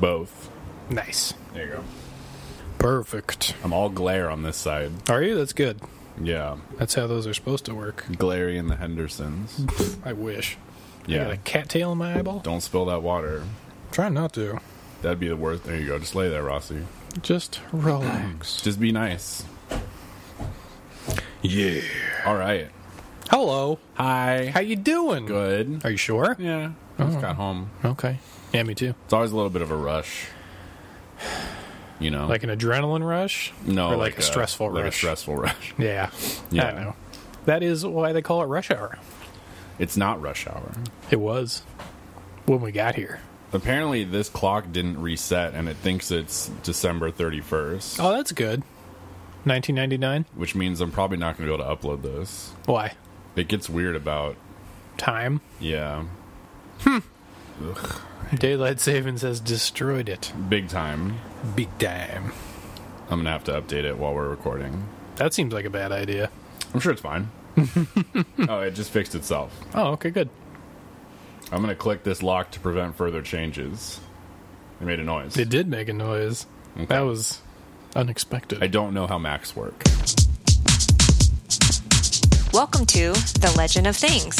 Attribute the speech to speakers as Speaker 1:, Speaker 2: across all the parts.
Speaker 1: both.
Speaker 2: Nice.
Speaker 1: There you go.
Speaker 2: Perfect.
Speaker 1: I'm all glare on this side.
Speaker 2: Are you? That's good.
Speaker 1: Yeah.
Speaker 2: That's how those are supposed to work.
Speaker 1: Glary and the Hendersons.
Speaker 2: I wish. I got
Speaker 1: Yeah.
Speaker 2: a cattail in my eyeball.
Speaker 1: Don't spill that water.
Speaker 2: Try not to.
Speaker 1: That'd be the worst. There you go. Just lay there, Rossi.
Speaker 2: Just relax.
Speaker 1: Just be nice.
Speaker 2: yeah.
Speaker 1: All right.
Speaker 2: Hello.
Speaker 1: Hi.
Speaker 2: How you doing?
Speaker 1: Good.
Speaker 2: Are you sure?
Speaker 1: Yeah.
Speaker 2: Oh.
Speaker 1: I just got home.
Speaker 2: Okay. Yeah, me too.
Speaker 1: It's always a little bit of a rush. You know?
Speaker 2: Like an adrenaline rush?
Speaker 1: no,
Speaker 2: Or like, a, stressful
Speaker 1: like a
Speaker 2: rush.
Speaker 1: stressful rush.
Speaker 2: yeah.
Speaker 1: Yeah.
Speaker 2: I know. That is why they call it rush hour.
Speaker 1: It's not rush hour.
Speaker 2: It was when we got here.
Speaker 1: Apparently, this clock didn't reset, and it thinks it's December thirty first,
Speaker 2: Oh, that's good. 1999.
Speaker 1: which means I'm probably not going to be able to upload this.
Speaker 2: Why?
Speaker 1: It gets weird about
Speaker 2: Time.
Speaker 1: yeah,
Speaker 2: Daylight savings has destroyed it.
Speaker 1: big time.
Speaker 2: Big time.
Speaker 1: I'm gonna have to update it while we're recording.
Speaker 2: That seems like a bad idea.
Speaker 1: I'm sure it's fine. oh, it just fixed itself.
Speaker 2: Oh, okay, good.
Speaker 1: I'm gonna click this lock to prevent further changes. It made a noise.
Speaker 2: It did make a noise. That was unexpected.
Speaker 1: I don't know how Macs work.
Speaker 3: Welcome to The Legend of Things.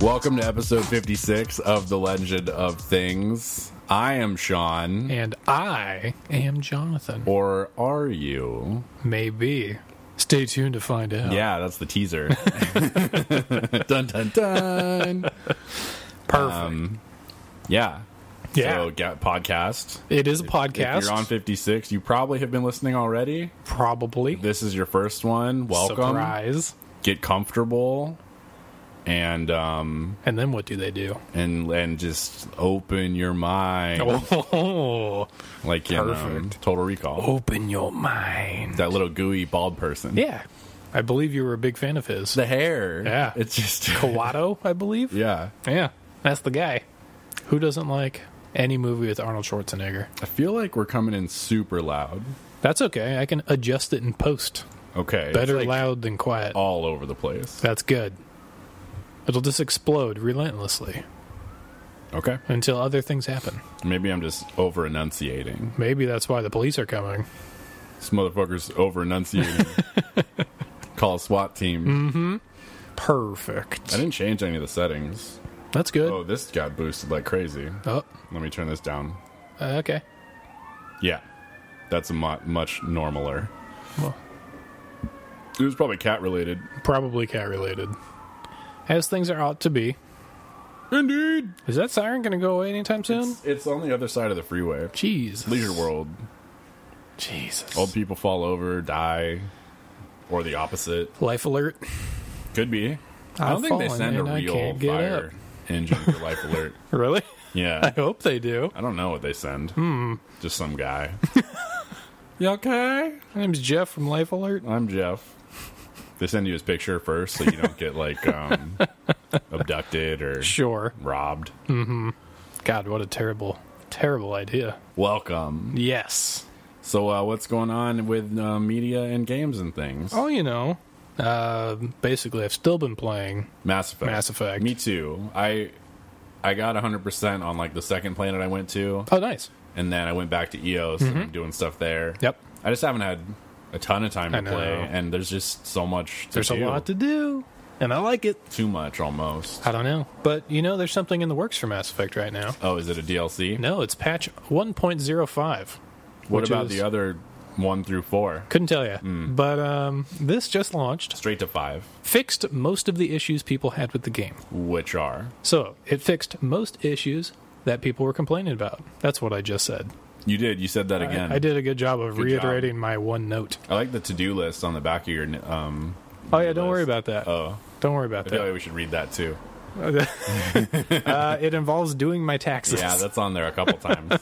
Speaker 1: Welcome to episode 56 of The Legend of Things. I am Sean,
Speaker 2: and I am Jonathan.
Speaker 1: or are you?
Speaker 2: Maybe. Stay tuned to find out.
Speaker 1: Yeah, that's the teaser. dun dun dun.
Speaker 2: Perfect.
Speaker 1: Yeah.
Speaker 2: Yeah.
Speaker 1: um, So get podcast.
Speaker 2: it is a podcast.
Speaker 1: If you're on 56, you probably have been listening already.
Speaker 2: probably.
Speaker 1: This is your first one. Welcome.
Speaker 2: Surprise.
Speaker 1: Get comfortable and um
Speaker 2: And then what do they do?
Speaker 1: and and just open your mind
Speaker 2: Oh,
Speaker 1: like in um,
Speaker 2: perfect.
Speaker 1: Total Recall.
Speaker 2: open your mind.
Speaker 1: That little gooey bald person.
Speaker 2: Yeah. I believe you were a big fan of his.
Speaker 1: The hair.
Speaker 2: Yeah.
Speaker 1: It's just
Speaker 2: Kawato, I believe.
Speaker 1: Yeah.
Speaker 2: Yeah, that's the guy. Who doesn't like any movie with Arnold Schwarzenegger?
Speaker 1: I feel like we're coming in super loud.
Speaker 2: That's okay. I can adjust it in post.
Speaker 1: Okay. it's
Speaker 2: Better
Speaker 1: like
Speaker 2: loud than quiet.
Speaker 1: all over the place.
Speaker 2: That's good. It'll just explode relentlessly
Speaker 1: Okay.
Speaker 2: until other things happen.
Speaker 1: Maybe I'm just over enunciating.
Speaker 2: Maybe that's why the police are coming.
Speaker 1: This motherfucker's over enunciating. Call a SWAT team.
Speaker 2: Mm-hmm.
Speaker 1: I
Speaker 2: Perfect.
Speaker 1: didn't change any of the settings.
Speaker 2: That's good.
Speaker 1: Oh,
Speaker 2: Oh,
Speaker 1: this got boosted like crazy. Let me turn this down.
Speaker 2: uh, okay.
Speaker 1: Yeah, that's a mu- much normaler.
Speaker 2: Well,
Speaker 1: It was probably cat related.
Speaker 2: probably cat related. As things are ought to be.
Speaker 1: Indeed.
Speaker 2: Is that siren going to go away anytime soon?
Speaker 1: It's, it's on the other side of the freeway.
Speaker 2: Jesus.
Speaker 1: Leisure Oh. World.
Speaker 2: Jesus.
Speaker 1: Old people fall over, die, or the opposite.
Speaker 2: Life alert.
Speaker 1: Could be. I
Speaker 2: I've
Speaker 1: don't think they
Speaker 2: fallen
Speaker 1: send a
Speaker 2: and I
Speaker 1: real
Speaker 2: can't get
Speaker 1: fire
Speaker 2: up.
Speaker 1: engine for life alert.
Speaker 2: Really?
Speaker 1: Yeah.
Speaker 2: I hope they do.
Speaker 1: I don't know what they send.
Speaker 2: Hmm.
Speaker 1: Just some guy. you okay?
Speaker 2: My name's Jeff from Life Alert.
Speaker 1: I'm Jeff. They send you his picture first so you don't get like um, abducted or
Speaker 2: Sure.
Speaker 1: robbed.
Speaker 2: God, what a terrible, terrible idea.
Speaker 1: Welcome.
Speaker 2: Yes.
Speaker 1: So, uh, what's going on with uh, media and games and things?
Speaker 2: Oh, you know, uh, basically, I've still been playing.
Speaker 1: Mass Effect.
Speaker 2: Mass Effect.
Speaker 1: Me too. I I got 100% on like the second planet I went to,
Speaker 2: Oh, nice.
Speaker 1: and then I went back to EOS and I'm doing stuff there.
Speaker 2: Mm-hmm. Yep.
Speaker 1: I just haven't had a ton of time
Speaker 2: I
Speaker 1: to
Speaker 2: know.
Speaker 1: play, and there's just so much to
Speaker 2: There's a
Speaker 1: do.
Speaker 2: lot to do, and I like it.
Speaker 1: Too much almost.
Speaker 2: I don't know, but you know, there's something in the works for Mass Effect right now.
Speaker 1: Oh, is it a DLC?
Speaker 2: No, it's patch 1.05.
Speaker 1: What
Speaker 2: which
Speaker 1: about
Speaker 2: is-
Speaker 1: the other one through four?
Speaker 2: Couldn't tell you, but um, this just launched.
Speaker 1: Straight to five,
Speaker 2: Fixed most of the issues people had with the game.
Speaker 1: which are
Speaker 2: So it fixed most issues that people were complaining about. That's what I just said.
Speaker 1: you did you said that again?
Speaker 2: I did a good job of
Speaker 1: Good job.
Speaker 2: reiterating my one note.
Speaker 1: I like the to do list on the back of your. Um,
Speaker 2: Oh yeah, don't
Speaker 1: list.
Speaker 2: worry about that.
Speaker 1: oh,
Speaker 2: Don't worry about
Speaker 1: I feel like
Speaker 2: that.
Speaker 1: we should read that too.
Speaker 2: uh, it involves doing my taxes.
Speaker 1: Yeah, that's on there a couple times.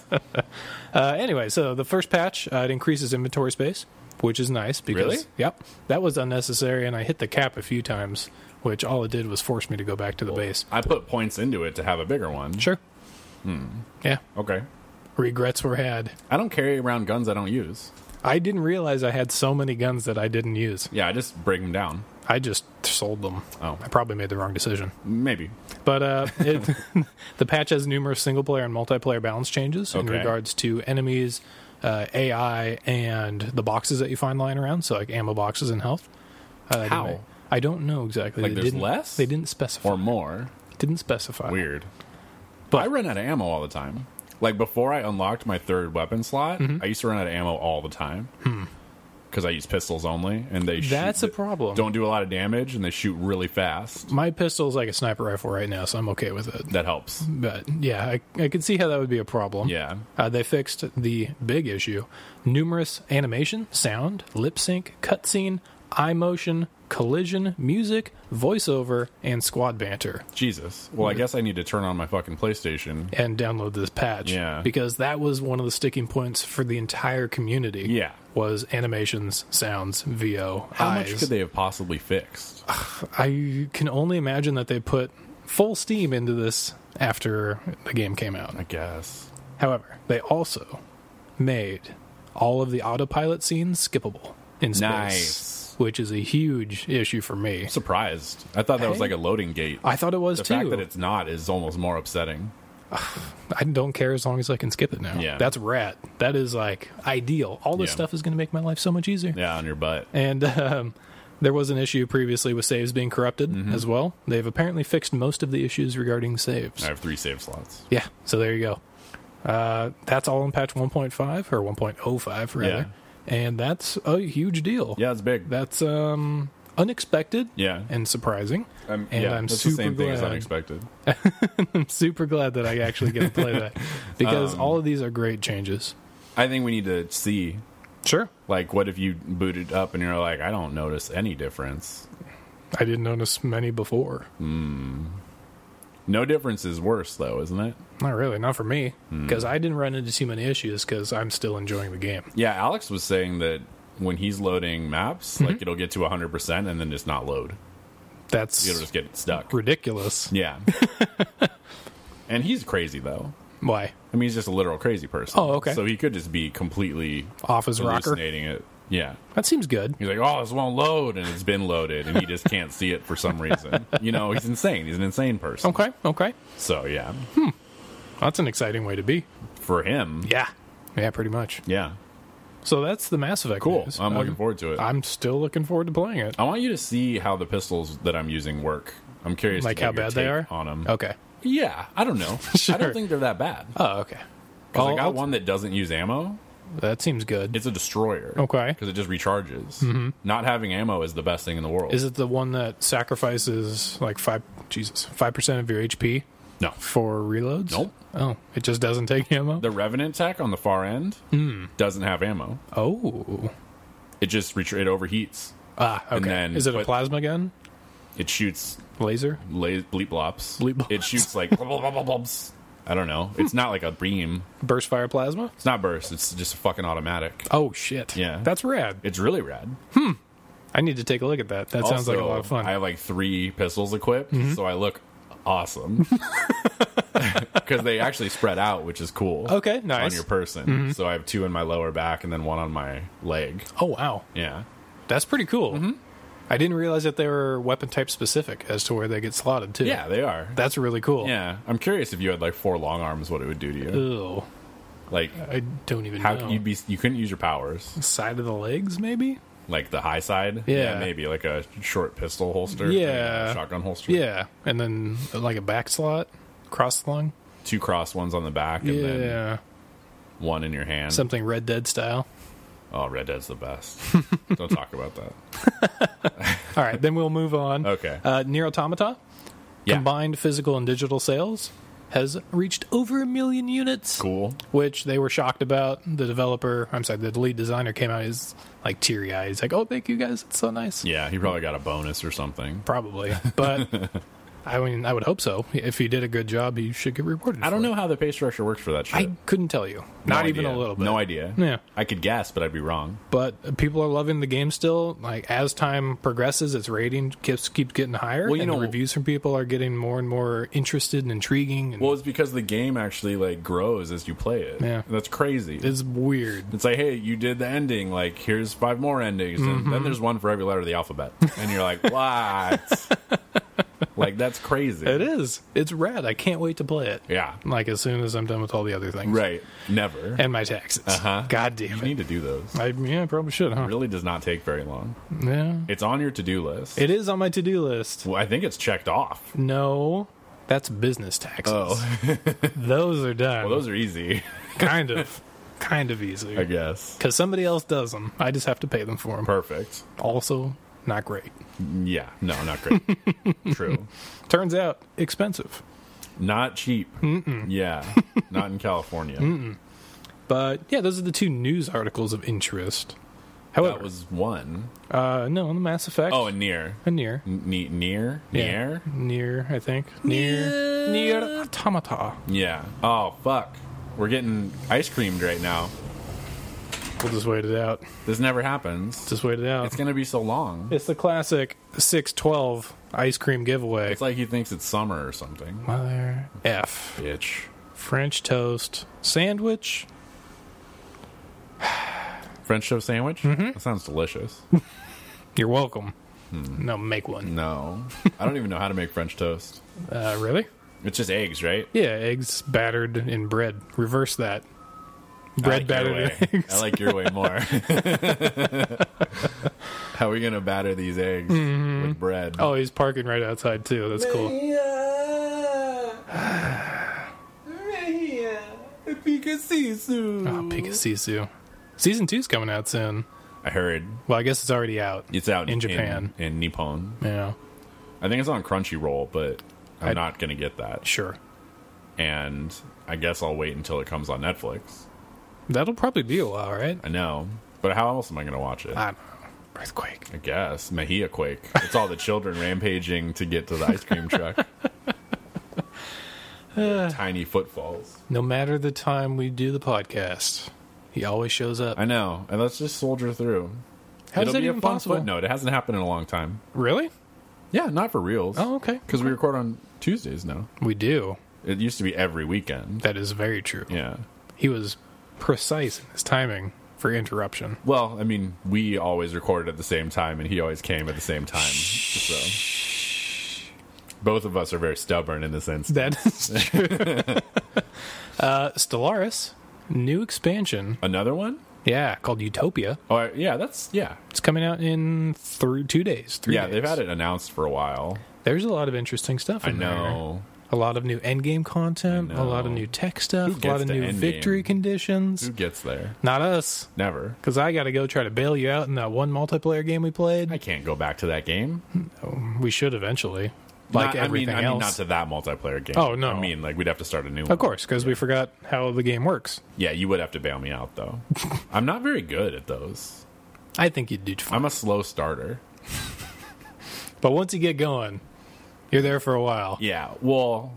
Speaker 2: uh, anyway, so the first patch uh, it increases inventory space, which is nice because
Speaker 1: Really?
Speaker 2: yep, that was unnecessary, and I hit the cap a few times, which all it did was force me to go back to the base.
Speaker 1: I put points into it to have a bigger one.
Speaker 2: Sure.
Speaker 1: Hmm.
Speaker 2: Yeah,
Speaker 1: Okay.
Speaker 2: regrets were had.
Speaker 1: I don't carry around guns I don't use.
Speaker 2: I didn't realize I had so many guns that I didn't use.
Speaker 1: Yeah, I just break them down.
Speaker 2: I just sold them.
Speaker 1: Oh.
Speaker 2: I probably made the wrong decision.
Speaker 1: Maybe.
Speaker 2: But uh, it, the patch has numerous single player and multiplayer balance changes in
Speaker 1: Okay.
Speaker 2: regards to enemies, uh, AI, and the boxes that you find lying around. So like ammo boxes and health. Uh, they
Speaker 1: How?
Speaker 2: may- I don't know exactly.
Speaker 1: Like
Speaker 2: They
Speaker 1: there's
Speaker 2: didn't-
Speaker 1: less?
Speaker 2: They didn't specify.
Speaker 1: Or more.
Speaker 2: didn't specify.
Speaker 1: Weird. But I run out of ammo all the time. Like before I unlocked my third weapon slot,
Speaker 2: Mm-hmm.
Speaker 1: I used to run out of ammo all the time. Because I use pistols only, and they
Speaker 2: Hmm. That's a
Speaker 1: shoot,
Speaker 2: problem.
Speaker 1: don't do a lot of damage, and they shoot really fast.
Speaker 2: My pistol is like a sniper rifle right now, so I'm okay with it.
Speaker 1: That helps.
Speaker 2: But yeah, I, I can see how that would be a problem.
Speaker 1: Yeah.
Speaker 2: Uh, they fixed the big issue numerous animation, sound, lip sync, cutscene, eye motion, collision, music, voiceover, and squad banter.
Speaker 1: Jesus. Well, I guess I need to turn on my fucking PlayStation.
Speaker 2: And download this patch.
Speaker 1: Yeah.
Speaker 2: Because that was one of the sticking points for the entire community.
Speaker 1: Yeah.
Speaker 2: Was animations, sounds, VO,
Speaker 1: How
Speaker 2: eyes.
Speaker 1: much could they have possibly fixed?
Speaker 2: I can only imagine that they put full steam into this after the game came out.
Speaker 1: I guess.
Speaker 2: However, they also made all of the autopilot scenes skippable in space,
Speaker 1: Nice.
Speaker 2: which is a huge issue for me.
Speaker 1: Surprised. I thought that was
Speaker 2: Hey.
Speaker 1: like a loading gate.
Speaker 2: I thought it was
Speaker 1: the
Speaker 2: too.
Speaker 1: fact that it's not is almost more upsetting.
Speaker 2: I don't care as long as I can skip it now.
Speaker 1: Yeah.
Speaker 2: That's rat. That is like ideal. All this
Speaker 1: Yeah.
Speaker 2: stuff is going to make my life so much easier.
Speaker 1: Yeah, on your butt.
Speaker 2: And um, there was an issue previously with saves being corrupted
Speaker 1: Mm-hmm.
Speaker 2: as well. They've apparently fixed most of the issues regarding saves.
Speaker 1: I have three save slots.
Speaker 2: Yeah. So there you go. Uh, that's all in patch 1.5 or 1.05 rather.
Speaker 1: Yeah.
Speaker 2: And that's a huge deal.
Speaker 1: Yeah, it's big.
Speaker 2: That's um unexpected.
Speaker 1: Yeah.
Speaker 2: and surprising.
Speaker 1: I'm,
Speaker 2: and
Speaker 1: yeah,
Speaker 2: I'm
Speaker 1: that's
Speaker 2: super
Speaker 1: the same thing as
Speaker 2: glad.
Speaker 1: unexpected.
Speaker 2: I'm super glad that I actually get to play that because
Speaker 1: Um,
Speaker 2: all of these are great changes.
Speaker 1: I think we need to see,
Speaker 2: Sure.
Speaker 1: like, what if you booted up and you're like, I don't notice any difference.
Speaker 2: I didn't notice many before.
Speaker 1: Hmm. No difference is worse, though, isn't it?
Speaker 2: Not really, not for me,
Speaker 1: Hmm.
Speaker 2: because I didn't run into too many issues because I'm still enjoying the game.
Speaker 1: Yeah, Alex was saying that when he's loading maps,
Speaker 2: Mm-hmm.
Speaker 1: like, it'll get to 100% and then just not load. It'll
Speaker 2: That's
Speaker 1: just get stuck.
Speaker 2: ridiculous.
Speaker 1: Yeah. and he's crazy, though.
Speaker 2: Why?
Speaker 1: I mean, he's just a literal crazy person.
Speaker 2: Oh, okay.
Speaker 1: So he could just be completely
Speaker 2: Off his rocker.
Speaker 1: hallucinating it. Yeah.
Speaker 2: That seems good.
Speaker 1: He's like, oh, this won't load, and it's been loaded, and he just can't see it for some reason. You know, he's insane. He's an insane person.
Speaker 2: Okay, okay.
Speaker 1: So yeah,
Speaker 2: That's an exciting way to be.
Speaker 1: for him,
Speaker 2: Yeah. Yeah, pretty much.
Speaker 1: yeah,
Speaker 2: So that's the Mass Effect.
Speaker 1: cool.
Speaker 2: news.
Speaker 1: I'm looking
Speaker 2: Um,
Speaker 1: forward to it. i
Speaker 2: I'm still looking forward to playing it.
Speaker 1: want you to see how the pistols that I'm using work. I'm curious, to
Speaker 2: Like
Speaker 1: get
Speaker 2: how
Speaker 1: your
Speaker 2: bad they
Speaker 1: take
Speaker 2: are
Speaker 1: on them.
Speaker 2: Okay.
Speaker 1: Yeah, I don't know. I
Speaker 2: Sure.
Speaker 1: don't think they're that bad.
Speaker 2: Oh, okay.
Speaker 1: 'Cause I
Speaker 2: I'll-
Speaker 1: got
Speaker 2: I'll-
Speaker 1: one that doesn't use ammo.
Speaker 2: That seems good.
Speaker 1: It's a destroyer.
Speaker 2: Okay. Mm-hmm.
Speaker 1: because it just recharges. Not having ammo is the best thing in the world.
Speaker 2: Is it the one that sacrifices like five Jesus five percent of your HP
Speaker 1: no,
Speaker 2: for reloads?
Speaker 1: Nope.
Speaker 2: Oh, it just doesn't take ammo.
Speaker 1: the revenant tech on the far end
Speaker 2: Hmm.
Speaker 1: doesn't have ammo.
Speaker 2: oh,
Speaker 1: It just retr- it overheats.
Speaker 2: ah, okay.
Speaker 1: And then-
Speaker 2: Is it a
Speaker 1: but-
Speaker 2: plasma gun?
Speaker 1: It shoots
Speaker 2: Laser?
Speaker 1: la- bleep blops.
Speaker 2: Bleep blops.
Speaker 1: It shoots like blub, blub, blub, blub, blubs. I don't know. It's not like a beam.
Speaker 2: Burst fire plasma?
Speaker 1: It's not burst. It's just fucking automatic.
Speaker 2: Oh shit!
Speaker 1: Yeah.
Speaker 2: that's rad.
Speaker 1: It's really rad.
Speaker 2: I need to take a look at that. That sounds like a
Speaker 1: Also,
Speaker 2: lot of fun. Mm-hmm.
Speaker 1: I have like three pistols equipped, so I look awesome because they actually spread out, which is cool.
Speaker 2: Okay,
Speaker 1: On
Speaker 2: nice. Mm-hmm.
Speaker 1: your person, so I have two in my lower back and then one on my leg.
Speaker 2: oh wow,
Speaker 1: Yeah.
Speaker 2: that's pretty cool.
Speaker 1: Mm-hmm.
Speaker 2: I didn't realize that they were weapon type specific as to where they get slotted too.
Speaker 1: Yeah, they are.
Speaker 2: that's really cool.
Speaker 1: yeah, I'm curious if you had like four long arms, what it would do to you.
Speaker 2: Ew.
Speaker 1: Like,
Speaker 2: Uh, I don't even
Speaker 1: how
Speaker 2: know.
Speaker 1: you'd be you couldn't use your powers.
Speaker 2: Side of the legs, maybe?
Speaker 1: like the high side.
Speaker 2: Yeah.
Speaker 1: maybe like a short pistol holster.
Speaker 2: Yeah.
Speaker 1: like a shotgun holster.
Speaker 2: Yeah, and then like a back slot, cross slung.
Speaker 1: two cross ones on the back and then
Speaker 2: Yeah,
Speaker 1: one in your hand.
Speaker 2: something Red Dead style.
Speaker 1: oh, Red Dead's the best. Don't talk about that.
Speaker 2: All right, then we'll move on.
Speaker 1: Okay.
Speaker 2: Uh, Near Automata
Speaker 1: Yeah,
Speaker 2: combined physical and digital sales has reached over a million units,
Speaker 1: cool.
Speaker 2: which they were shocked about. The developer, I'm sorry, the lead designer came out is like teary eyed. He's like, "Oh, thank you guys, it's so nice."
Speaker 1: Yeah, he probably got a bonus or something.
Speaker 2: Probably, but I mean, I would hope so. If he did a good job, he should get rewarded.
Speaker 1: I don't
Speaker 2: for it.
Speaker 1: know how the pay structure works for that shit.
Speaker 2: I couldn't tell you.
Speaker 1: No
Speaker 2: Not even
Speaker 1: idea.
Speaker 2: a little bit.
Speaker 1: No idea.
Speaker 2: Yeah.
Speaker 1: I could guess, but I'd be wrong.
Speaker 2: But people are loving the game still. Like as time progresses, its rating keeps keeps getting higher.
Speaker 1: Well, you
Speaker 2: and the
Speaker 1: know-
Speaker 2: reviews from people are getting more and more interested and intriguing. And
Speaker 1: Well, it's because the game actually like grows as you play it.
Speaker 2: Yeah.
Speaker 1: that's crazy. It's,
Speaker 2: it's weird.
Speaker 1: like, hey, you did the ending. Like, here's five more endings, and
Speaker 2: Mm-hmm.
Speaker 1: then there's one for every letter of the alphabet, and you're like, what? like, that's crazy.
Speaker 2: It is. It's rad. I can't wait to play it.
Speaker 1: Yeah.
Speaker 2: Like as soon as I'm done with all the other things.
Speaker 1: Right. Never.
Speaker 2: And my taxes.
Speaker 1: Uh-huh.
Speaker 2: God damn
Speaker 1: you
Speaker 2: it.
Speaker 1: need to do those.
Speaker 2: I, yeah, I probably should, huh?
Speaker 1: really does not take very long.
Speaker 2: Yeah.
Speaker 1: It's on your to do list.
Speaker 2: It is on my to do list.
Speaker 1: well, I think it's checked off.
Speaker 2: No, that's business taxes.
Speaker 1: Oh,
Speaker 2: Those are done.
Speaker 1: well, those are easy,
Speaker 2: kind of, kind of easy.
Speaker 1: I
Speaker 2: Because
Speaker 1: guess.
Speaker 2: somebody else does them. I just have to pay them for them.
Speaker 1: Perfect.
Speaker 2: Also, not great.
Speaker 1: Yeah. No, not great. True.
Speaker 2: Turns out, expensive.
Speaker 1: Not cheap. Yeah. Not in California.
Speaker 2: But yeah, those are the two news articles of interest. However,
Speaker 1: That was one.
Speaker 2: uh, no, on the Mass Effect.
Speaker 1: Oh, and near.
Speaker 2: and near.
Speaker 1: Ne- near?
Speaker 2: Yeah.
Speaker 1: Near?
Speaker 2: Near, I think. Near. Near Automata.
Speaker 1: Yeah. Oh, fuck. We're getting ice creamed right now.
Speaker 2: We'll just wait it out.
Speaker 1: This never happens.
Speaker 2: Just wait it out.
Speaker 1: It's going to be so long.
Speaker 2: It's the classic 612 ice cream giveaway.
Speaker 1: It's like he thinks it's summer or something.
Speaker 2: Mother F.
Speaker 1: Bitch.
Speaker 2: French toast sandwich.
Speaker 1: French toast sandwich? That sounds delicious.
Speaker 2: You're welcome.
Speaker 1: Hmm.
Speaker 2: No, make one.
Speaker 1: No. I don't even know how to make French toast.
Speaker 2: Uh, really?
Speaker 1: It's just eggs, right?
Speaker 2: Yeah, eggs battered in bread. Reverse that.
Speaker 1: I
Speaker 2: Bread
Speaker 1: like your
Speaker 2: battered in
Speaker 1: way.
Speaker 2: eggs.
Speaker 1: I like your way more. how are we going to batter these eggs with bread?
Speaker 2: Oh, he's parking right outside too. That's cool. Oh, Pikachu. Season two's coming out soon.
Speaker 1: I heard
Speaker 2: Well, I guess it's already out.
Speaker 1: it's out
Speaker 2: in Japan.
Speaker 1: In, Nippon.
Speaker 2: yeah,
Speaker 1: I think it's on Crunchyroll, but I'm
Speaker 2: I-
Speaker 1: not going to get that.
Speaker 2: sure.
Speaker 1: And I guess I'll wait until it comes on Netflix.
Speaker 2: That'll probably be a while, right?
Speaker 1: I know, but how else am I going to watch it?
Speaker 2: I
Speaker 1: I
Speaker 2: don't know. Earthquake.
Speaker 1: guess Mejia Quake. It's all the children rampaging to get to the ice cream truck. Tiny footfalls.
Speaker 2: No matter the time we do the podcast, he always shows up.
Speaker 1: I know, and let's just soldier through.
Speaker 2: How is
Speaker 1: It'll
Speaker 2: that
Speaker 1: be a
Speaker 2: even
Speaker 1: fun
Speaker 2: possible?
Speaker 1: Footnote. It hasn't happened in a long time.
Speaker 2: Really?
Speaker 1: Yeah, not for reals.
Speaker 2: Oh, okay.
Speaker 1: Because we record on Tuesdays now.
Speaker 2: We do.
Speaker 1: It used to be every weekend.
Speaker 2: That is very true.
Speaker 1: Yeah.
Speaker 2: He was precise in his timing for interruption.
Speaker 1: Well, I mean, we always recorded at the same time, and he always came at the same time. So both of us are very stubborn in this sense.
Speaker 2: That is true. uh, Stellaris, new expansion.
Speaker 1: Another one?
Speaker 2: Yeah, called Utopia.
Speaker 1: Oh, I- yeah. That's yeah.
Speaker 2: It's coming out in through two days. Three
Speaker 1: Yeah,
Speaker 2: days.
Speaker 1: they've had it announced for a while.
Speaker 2: There's a lot of interesting stuff.
Speaker 1: I
Speaker 2: In
Speaker 1: know.
Speaker 2: There. A lot of new endgame content.
Speaker 1: I
Speaker 2: A
Speaker 1: know.
Speaker 2: lot of new tech
Speaker 1: Who
Speaker 2: stuff. A
Speaker 1: gets
Speaker 2: lot of
Speaker 1: to
Speaker 2: new
Speaker 1: endgame?
Speaker 2: victory conditions.
Speaker 1: Who gets there?
Speaker 2: Not us,
Speaker 1: Never.
Speaker 2: because I got to go try to bail you out in that one multiplayer game we played.
Speaker 1: I can't go back to that game.
Speaker 2: We should eventually, like
Speaker 1: Not-
Speaker 2: everything
Speaker 1: I mean, I mean,
Speaker 2: else.
Speaker 1: not to that multiplayer game.
Speaker 2: Oh, no.
Speaker 1: I mean, like we'd have to start a new one.
Speaker 2: of course, because we forgot how the game works.
Speaker 1: Yeah, you would have to bail me out though. I'm not very good at those.
Speaker 2: I think you'd do fine.
Speaker 1: I'm a slow starter.
Speaker 2: But once you get going, you're there for a while.
Speaker 1: Yeah. Well,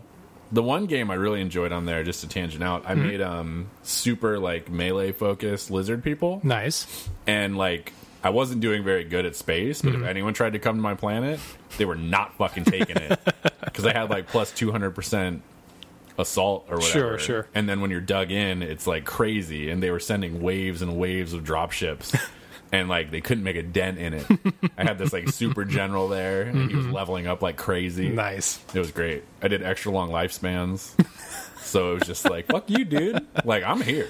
Speaker 1: the one game I really enjoyed on there, just to tangent out, I made um super like melee focused lizard people,
Speaker 2: Nice.
Speaker 1: and like I wasn't doing very good at space. But if anyone tried to come to my planet, they were not fucking taking it because I had like plus two hundred percent assault or whatever.
Speaker 2: Sure, sure.
Speaker 1: And then when you're dug in, it's like crazy, and they were sending waves and waves of drop ships. And like they couldn't make a dent in it. I had this like super general there, and he was leveling up like crazy.
Speaker 2: Nice.
Speaker 1: It was great. I did extra long lifespans. so it was just like, fuck you, dude. Like, I'm here.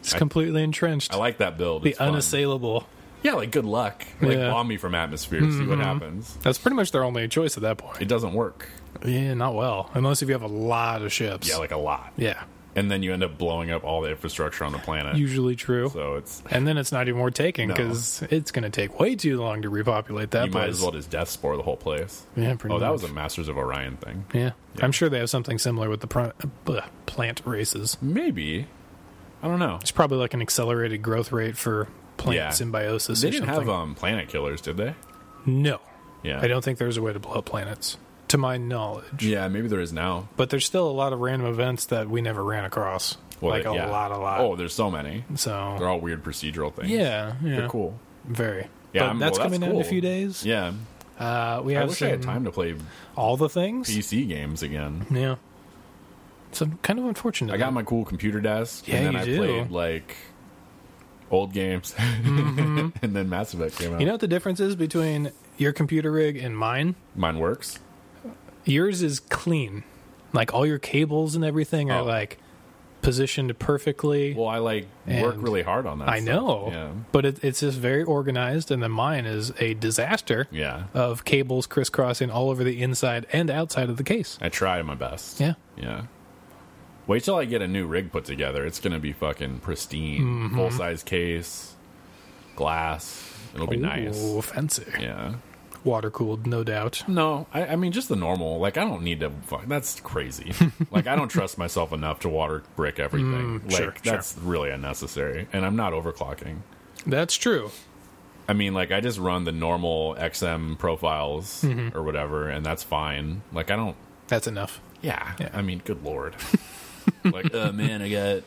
Speaker 2: It's completely entrenched.
Speaker 1: I like that build.
Speaker 2: the
Speaker 1: It's fun.
Speaker 2: unassailable.
Speaker 1: Yeah, like, good luck. Like,
Speaker 2: Yeah. Mm-hmm.
Speaker 1: bomb me from atmosphere, see what happens.
Speaker 2: That's pretty much their only choice at that point.
Speaker 1: It doesn't work.
Speaker 2: Yeah, not well. Unless if you have a lot of ships.
Speaker 1: Yeah, like a lot.
Speaker 2: yeah.
Speaker 1: And then you end up blowing up all the infrastructure on the planet.
Speaker 2: Usually true.
Speaker 1: so it's,
Speaker 2: And then it's not even worth taking
Speaker 1: No.
Speaker 2: because it's going to take way too long to repopulate that
Speaker 1: you might
Speaker 2: place.
Speaker 1: as well just death spore the whole place.
Speaker 2: Yeah, pretty
Speaker 1: Oh, that
Speaker 2: much.
Speaker 1: was a Masters of Orion thing.
Speaker 2: yeah. I'm sure they have something similar with the pr- uh, plant races.
Speaker 1: Maybe. I don't know.
Speaker 2: It's probably like an accelerated growth rate for plant
Speaker 1: Yeah.
Speaker 2: symbiosis
Speaker 1: They
Speaker 2: or
Speaker 1: didn't
Speaker 2: something.
Speaker 1: have um, planet killers, did they?
Speaker 2: no.
Speaker 1: Yeah.
Speaker 2: I don't think there's a way to blow up planets. to my knowledge.
Speaker 1: Yeah, maybe there is now.
Speaker 2: But there's still a lot of random events that we never ran across.
Speaker 1: Well,
Speaker 2: like a
Speaker 1: yeah.
Speaker 2: lot, a lot.
Speaker 1: Oh, there's so many. They're
Speaker 2: so
Speaker 1: all weird procedural things.
Speaker 2: yeah, yeah,
Speaker 1: they're cool.
Speaker 2: Very.
Speaker 1: Yeah,
Speaker 2: but
Speaker 1: I'm-
Speaker 2: that's
Speaker 1: well,
Speaker 2: coming out in a
Speaker 1: cool.
Speaker 2: few days.
Speaker 1: Yeah,
Speaker 2: Uh, we
Speaker 1: I
Speaker 2: have
Speaker 1: wish I had
Speaker 2: some-
Speaker 1: time to play
Speaker 2: all the things.
Speaker 1: PC games again.
Speaker 2: Yeah. So kind of unfortunate.
Speaker 1: I got my cool computer desk,
Speaker 2: Yeah,
Speaker 1: and then
Speaker 2: you
Speaker 1: I
Speaker 2: do.
Speaker 1: played like old games, and then Mass Effect came out.
Speaker 2: Mm-hmm. You know what the difference is between your computer rig and mine?
Speaker 1: mine works.
Speaker 2: Yours is clean. Like all your cables and everything are
Speaker 1: Oh.
Speaker 2: like positioned perfectly.
Speaker 1: Well, I like work
Speaker 2: And-
Speaker 1: really hard on that.
Speaker 2: I
Speaker 1: stuff.
Speaker 2: know.
Speaker 1: Yeah,
Speaker 2: But it, it's just very organized and then mine is a disaster
Speaker 1: yeah.
Speaker 2: of cables crisscrossing all over the inside and outside of the case.
Speaker 1: I try my best.
Speaker 2: Yeah.
Speaker 1: yeah. Wait till I get a new rig put together. It's gonna be fucking pristine,
Speaker 2: Mm-hmm.
Speaker 1: full size case, glass. It'll be nice.
Speaker 2: Ooh, fancy.
Speaker 1: Yeah.
Speaker 2: Water cooled, no doubt.
Speaker 1: No, I, I mean just the normal. Like I don't need to. Fuck, that's crazy. like I don't trust myself enough to water brick everything. like
Speaker 2: Mm, sure, sure.
Speaker 1: that's really unnecessary, and I'm not overclocking.
Speaker 2: That's true.
Speaker 1: I mean, like I just run the normal XM profiles
Speaker 2: Mm-hmm.
Speaker 1: or whatever, and that's fine. Like I don't.
Speaker 2: That's enough.
Speaker 1: Yeah, I mean, good lord. like, oh man, I got.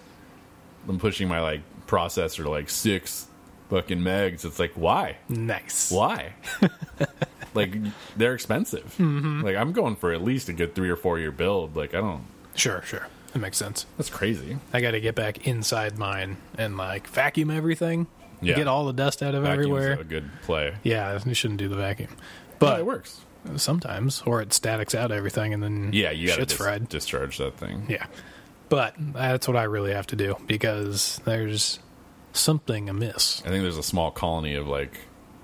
Speaker 1: I'm pushing my like processor to like six fucking megs. It's like why?
Speaker 2: Nice.
Speaker 1: why? like they're expensive.
Speaker 2: Mm-hmm.
Speaker 1: Like I'm going for at least a good three or four year build. Like I don't.
Speaker 2: Sure, sure. That makes sense.
Speaker 1: That's crazy.
Speaker 2: I got to get back inside mine and like vacuum everything.
Speaker 1: Yeah.
Speaker 2: Get all the dust out of
Speaker 1: Vacuum's
Speaker 2: everywhere.
Speaker 1: a good play.
Speaker 2: Yeah, you shouldn't do the vacuum.
Speaker 1: But it
Speaker 2: But
Speaker 1: works.
Speaker 2: sometimes, or it statics out everything and then
Speaker 1: Yeah, you gotta
Speaker 2: shit's
Speaker 1: dis-
Speaker 2: fried.
Speaker 1: discharge that thing.
Speaker 2: Yeah. But that's what I really have to do because there's something amiss.
Speaker 1: I think there's a small colony of like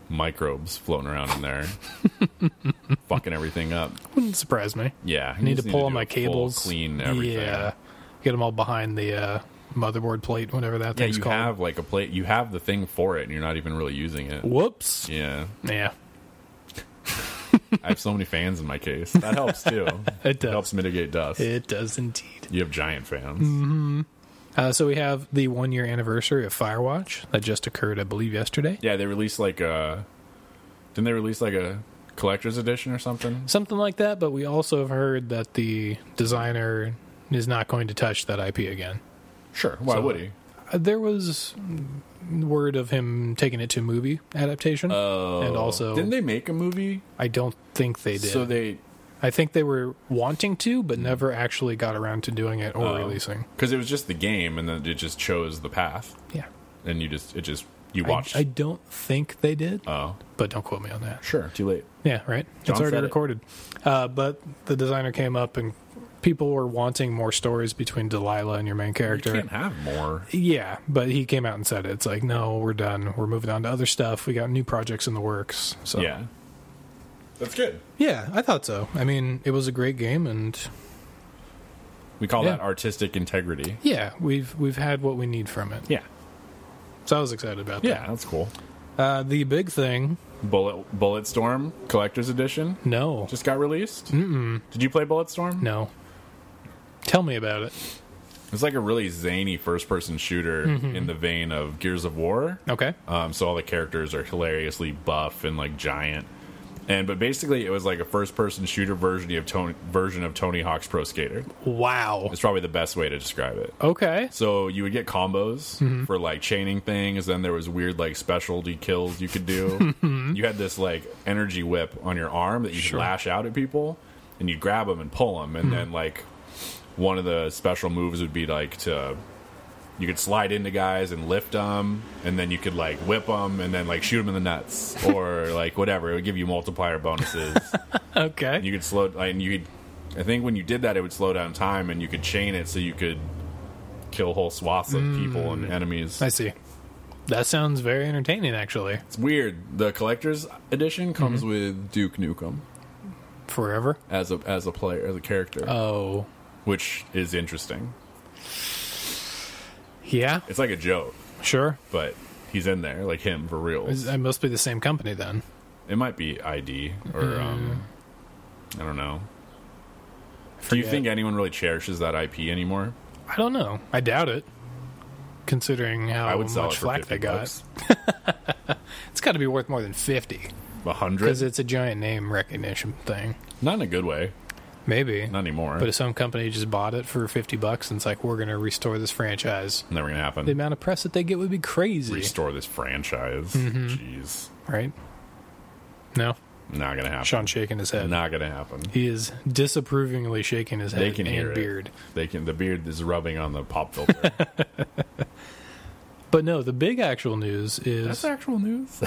Speaker 1: microbes floating around in there, fucking everything up.
Speaker 2: Wouldn't surprise me.
Speaker 1: Yeah,
Speaker 2: I need to pull on my cables.
Speaker 1: cables, clean everything.
Speaker 2: Yeah. Get them all behind the uh, motherboard plate, whatever that
Speaker 1: Yeah,
Speaker 2: thing's
Speaker 1: you
Speaker 2: called.
Speaker 1: have like a plate. You have the thing for it, and you're not even really using it.
Speaker 2: Whoops.
Speaker 1: Yeah,
Speaker 2: Yeah.
Speaker 1: I have so many fans in my case. That helps too.
Speaker 2: It does.
Speaker 1: helps mitigate dust.
Speaker 2: It does indeed.
Speaker 1: You have giant fans.
Speaker 2: Mm-hmm. Uh, so we have the one year anniversary of Firewatch that just occurred, I believe, yesterday.
Speaker 1: Yeah, they released like a. Didn't they release like a collector's edition or something?
Speaker 2: Something like that, but we also have heard that the designer is not going to touch that IP again.
Speaker 1: Sure. Why
Speaker 2: So-
Speaker 1: would he?
Speaker 2: Uh, there was mm, word of him taking it to movie adaptation. Oh. And also,
Speaker 1: Didn't they make a movie?
Speaker 2: I don't think they did.
Speaker 1: So they
Speaker 2: I think they were wanting to, but never actually got around to doing it or releasing.
Speaker 1: because it was just the game, and then it just chose the path,
Speaker 2: Yeah.
Speaker 1: and you just it just you
Speaker 2: I,
Speaker 1: watched.
Speaker 2: I don't think they did,
Speaker 1: oh,
Speaker 2: but don't quote me on that.
Speaker 1: sure. Too late.
Speaker 2: Yeah, right.
Speaker 1: John
Speaker 2: it's already
Speaker 1: said it.
Speaker 2: recorded. Uh, but the designer came up and people were wanting more stories between Delilah and your main
Speaker 1: You can't
Speaker 2: character.
Speaker 1: have more.
Speaker 2: Yeah, but he came out and said it. It's like, no, we're done. We're moving on to other stuff. We got new projects in the works. So
Speaker 1: Yeah, that's good.
Speaker 2: Yeah, I thought so. I mean, it was a great game and
Speaker 1: We call
Speaker 2: Yeah.
Speaker 1: that artistic integrity.
Speaker 2: yeah, we've we've had what we need from it.
Speaker 1: Yeah,
Speaker 2: So I was excited about
Speaker 1: yeah, that's cool.
Speaker 2: that. Uh the big thing,
Speaker 1: Bullet Bullet Storm collector's edition
Speaker 2: no.
Speaker 1: just got released. Mm-mm. Did you play Bullet Storm?
Speaker 2: no. Tell me about it.
Speaker 1: It's like a really zany first person shooter in the vein of Gears of War.
Speaker 2: Okay.
Speaker 1: Um, so all the characters are hilariously buff and like giant. And but basically it was like a first person shooter version of Tony version of Tony Hawk's Pro Skater.
Speaker 2: Wow.
Speaker 1: It's probably the best way to describe it.
Speaker 2: Okay.
Speaker 1: So you would get combos for like chaining things, then there was weird like specialty kills you could do. you had this like energy whip on your arm that you could lash out at people, and you'd grab them and pull them, and then like one of the special moves would be like to you could slide into guys and lift them, and then you could like whip them and then like shoot them in the nuts or like whatever. It would give you multiplier bonuses.
Speaker 2: Okay.
Speaker 1: You could slow like, and you could I think when you did that it would slow down time and you could chain it so you could kill whole swaths of
Speaker 2: Mm.
Speaker 1: people and enemies.
Speaker 2: I see. That sounds very entertaining, actually.
Speaker 1: It's weird. The collector's edition comes
Speaker 2: Mm-hmm.
Speaker 1: with Duke Nukem
Speaker 2: Forever.
Speaker 1: as a as a player as a character,
Speaker 2: Oh,
Speaker 1: which is interesting.
Speaker 2: yeah,
Speaker 1: It's like a joke,
Speaker 2: sure.
Speaker 1: but he's in there like him for real.
Speaker 2: Is- It must be the same company then.
Speaker 1: It might be ID or um I don't know. Do you
Speaker 2: Forget.
Speaker 1: think anyone really cherishes that IP anymore?
Speaker 2: I don't know. I doubt it, considering how
Speaker 1: I would sell it
Speaker 2: much
Speaker 1: for
Speaker 2: flack
Speaker 1: 50
Speaker 2: they got.
Speaker 1: bucks.
Speaker 2: It's got to be worth more than fifty.
Speaker 1: a
Speaker 2: because
Speaker 1: hundred.
Speaker 2: it's a giant name recognition thing.
Speaker 1: Not in a good way.
Speaker 2: Maybe,
Speaker 1: Not anymore.
Speaker 2: but if some company just bought it for fifty bucks and it's like we're going to restore this franchise,
Speaker 1: Never gonna happen.
Speaker 2: the amount of press that they get would be crazy,
Speaker 1: Restore this franchise.
Speaker 2: Mm-hmm.
Speaker 1: Jeez,
Speaker 2: right? No,
Speaker 1: not gonna happen.
Speaker 2: Sean shaking his head.
Speaker 1: Not gonna happen.
Speaker 2: He is disapprovingly shaking his head
Speaker 1: They can
Speaker 2: and
Speaker 1: hear it.
Speaker 2: beard.
Speaker 1: They can. The beard is rubbing on the pop filter.
Speaker 2: But no, the big actual news is
Speaker 1: actual news.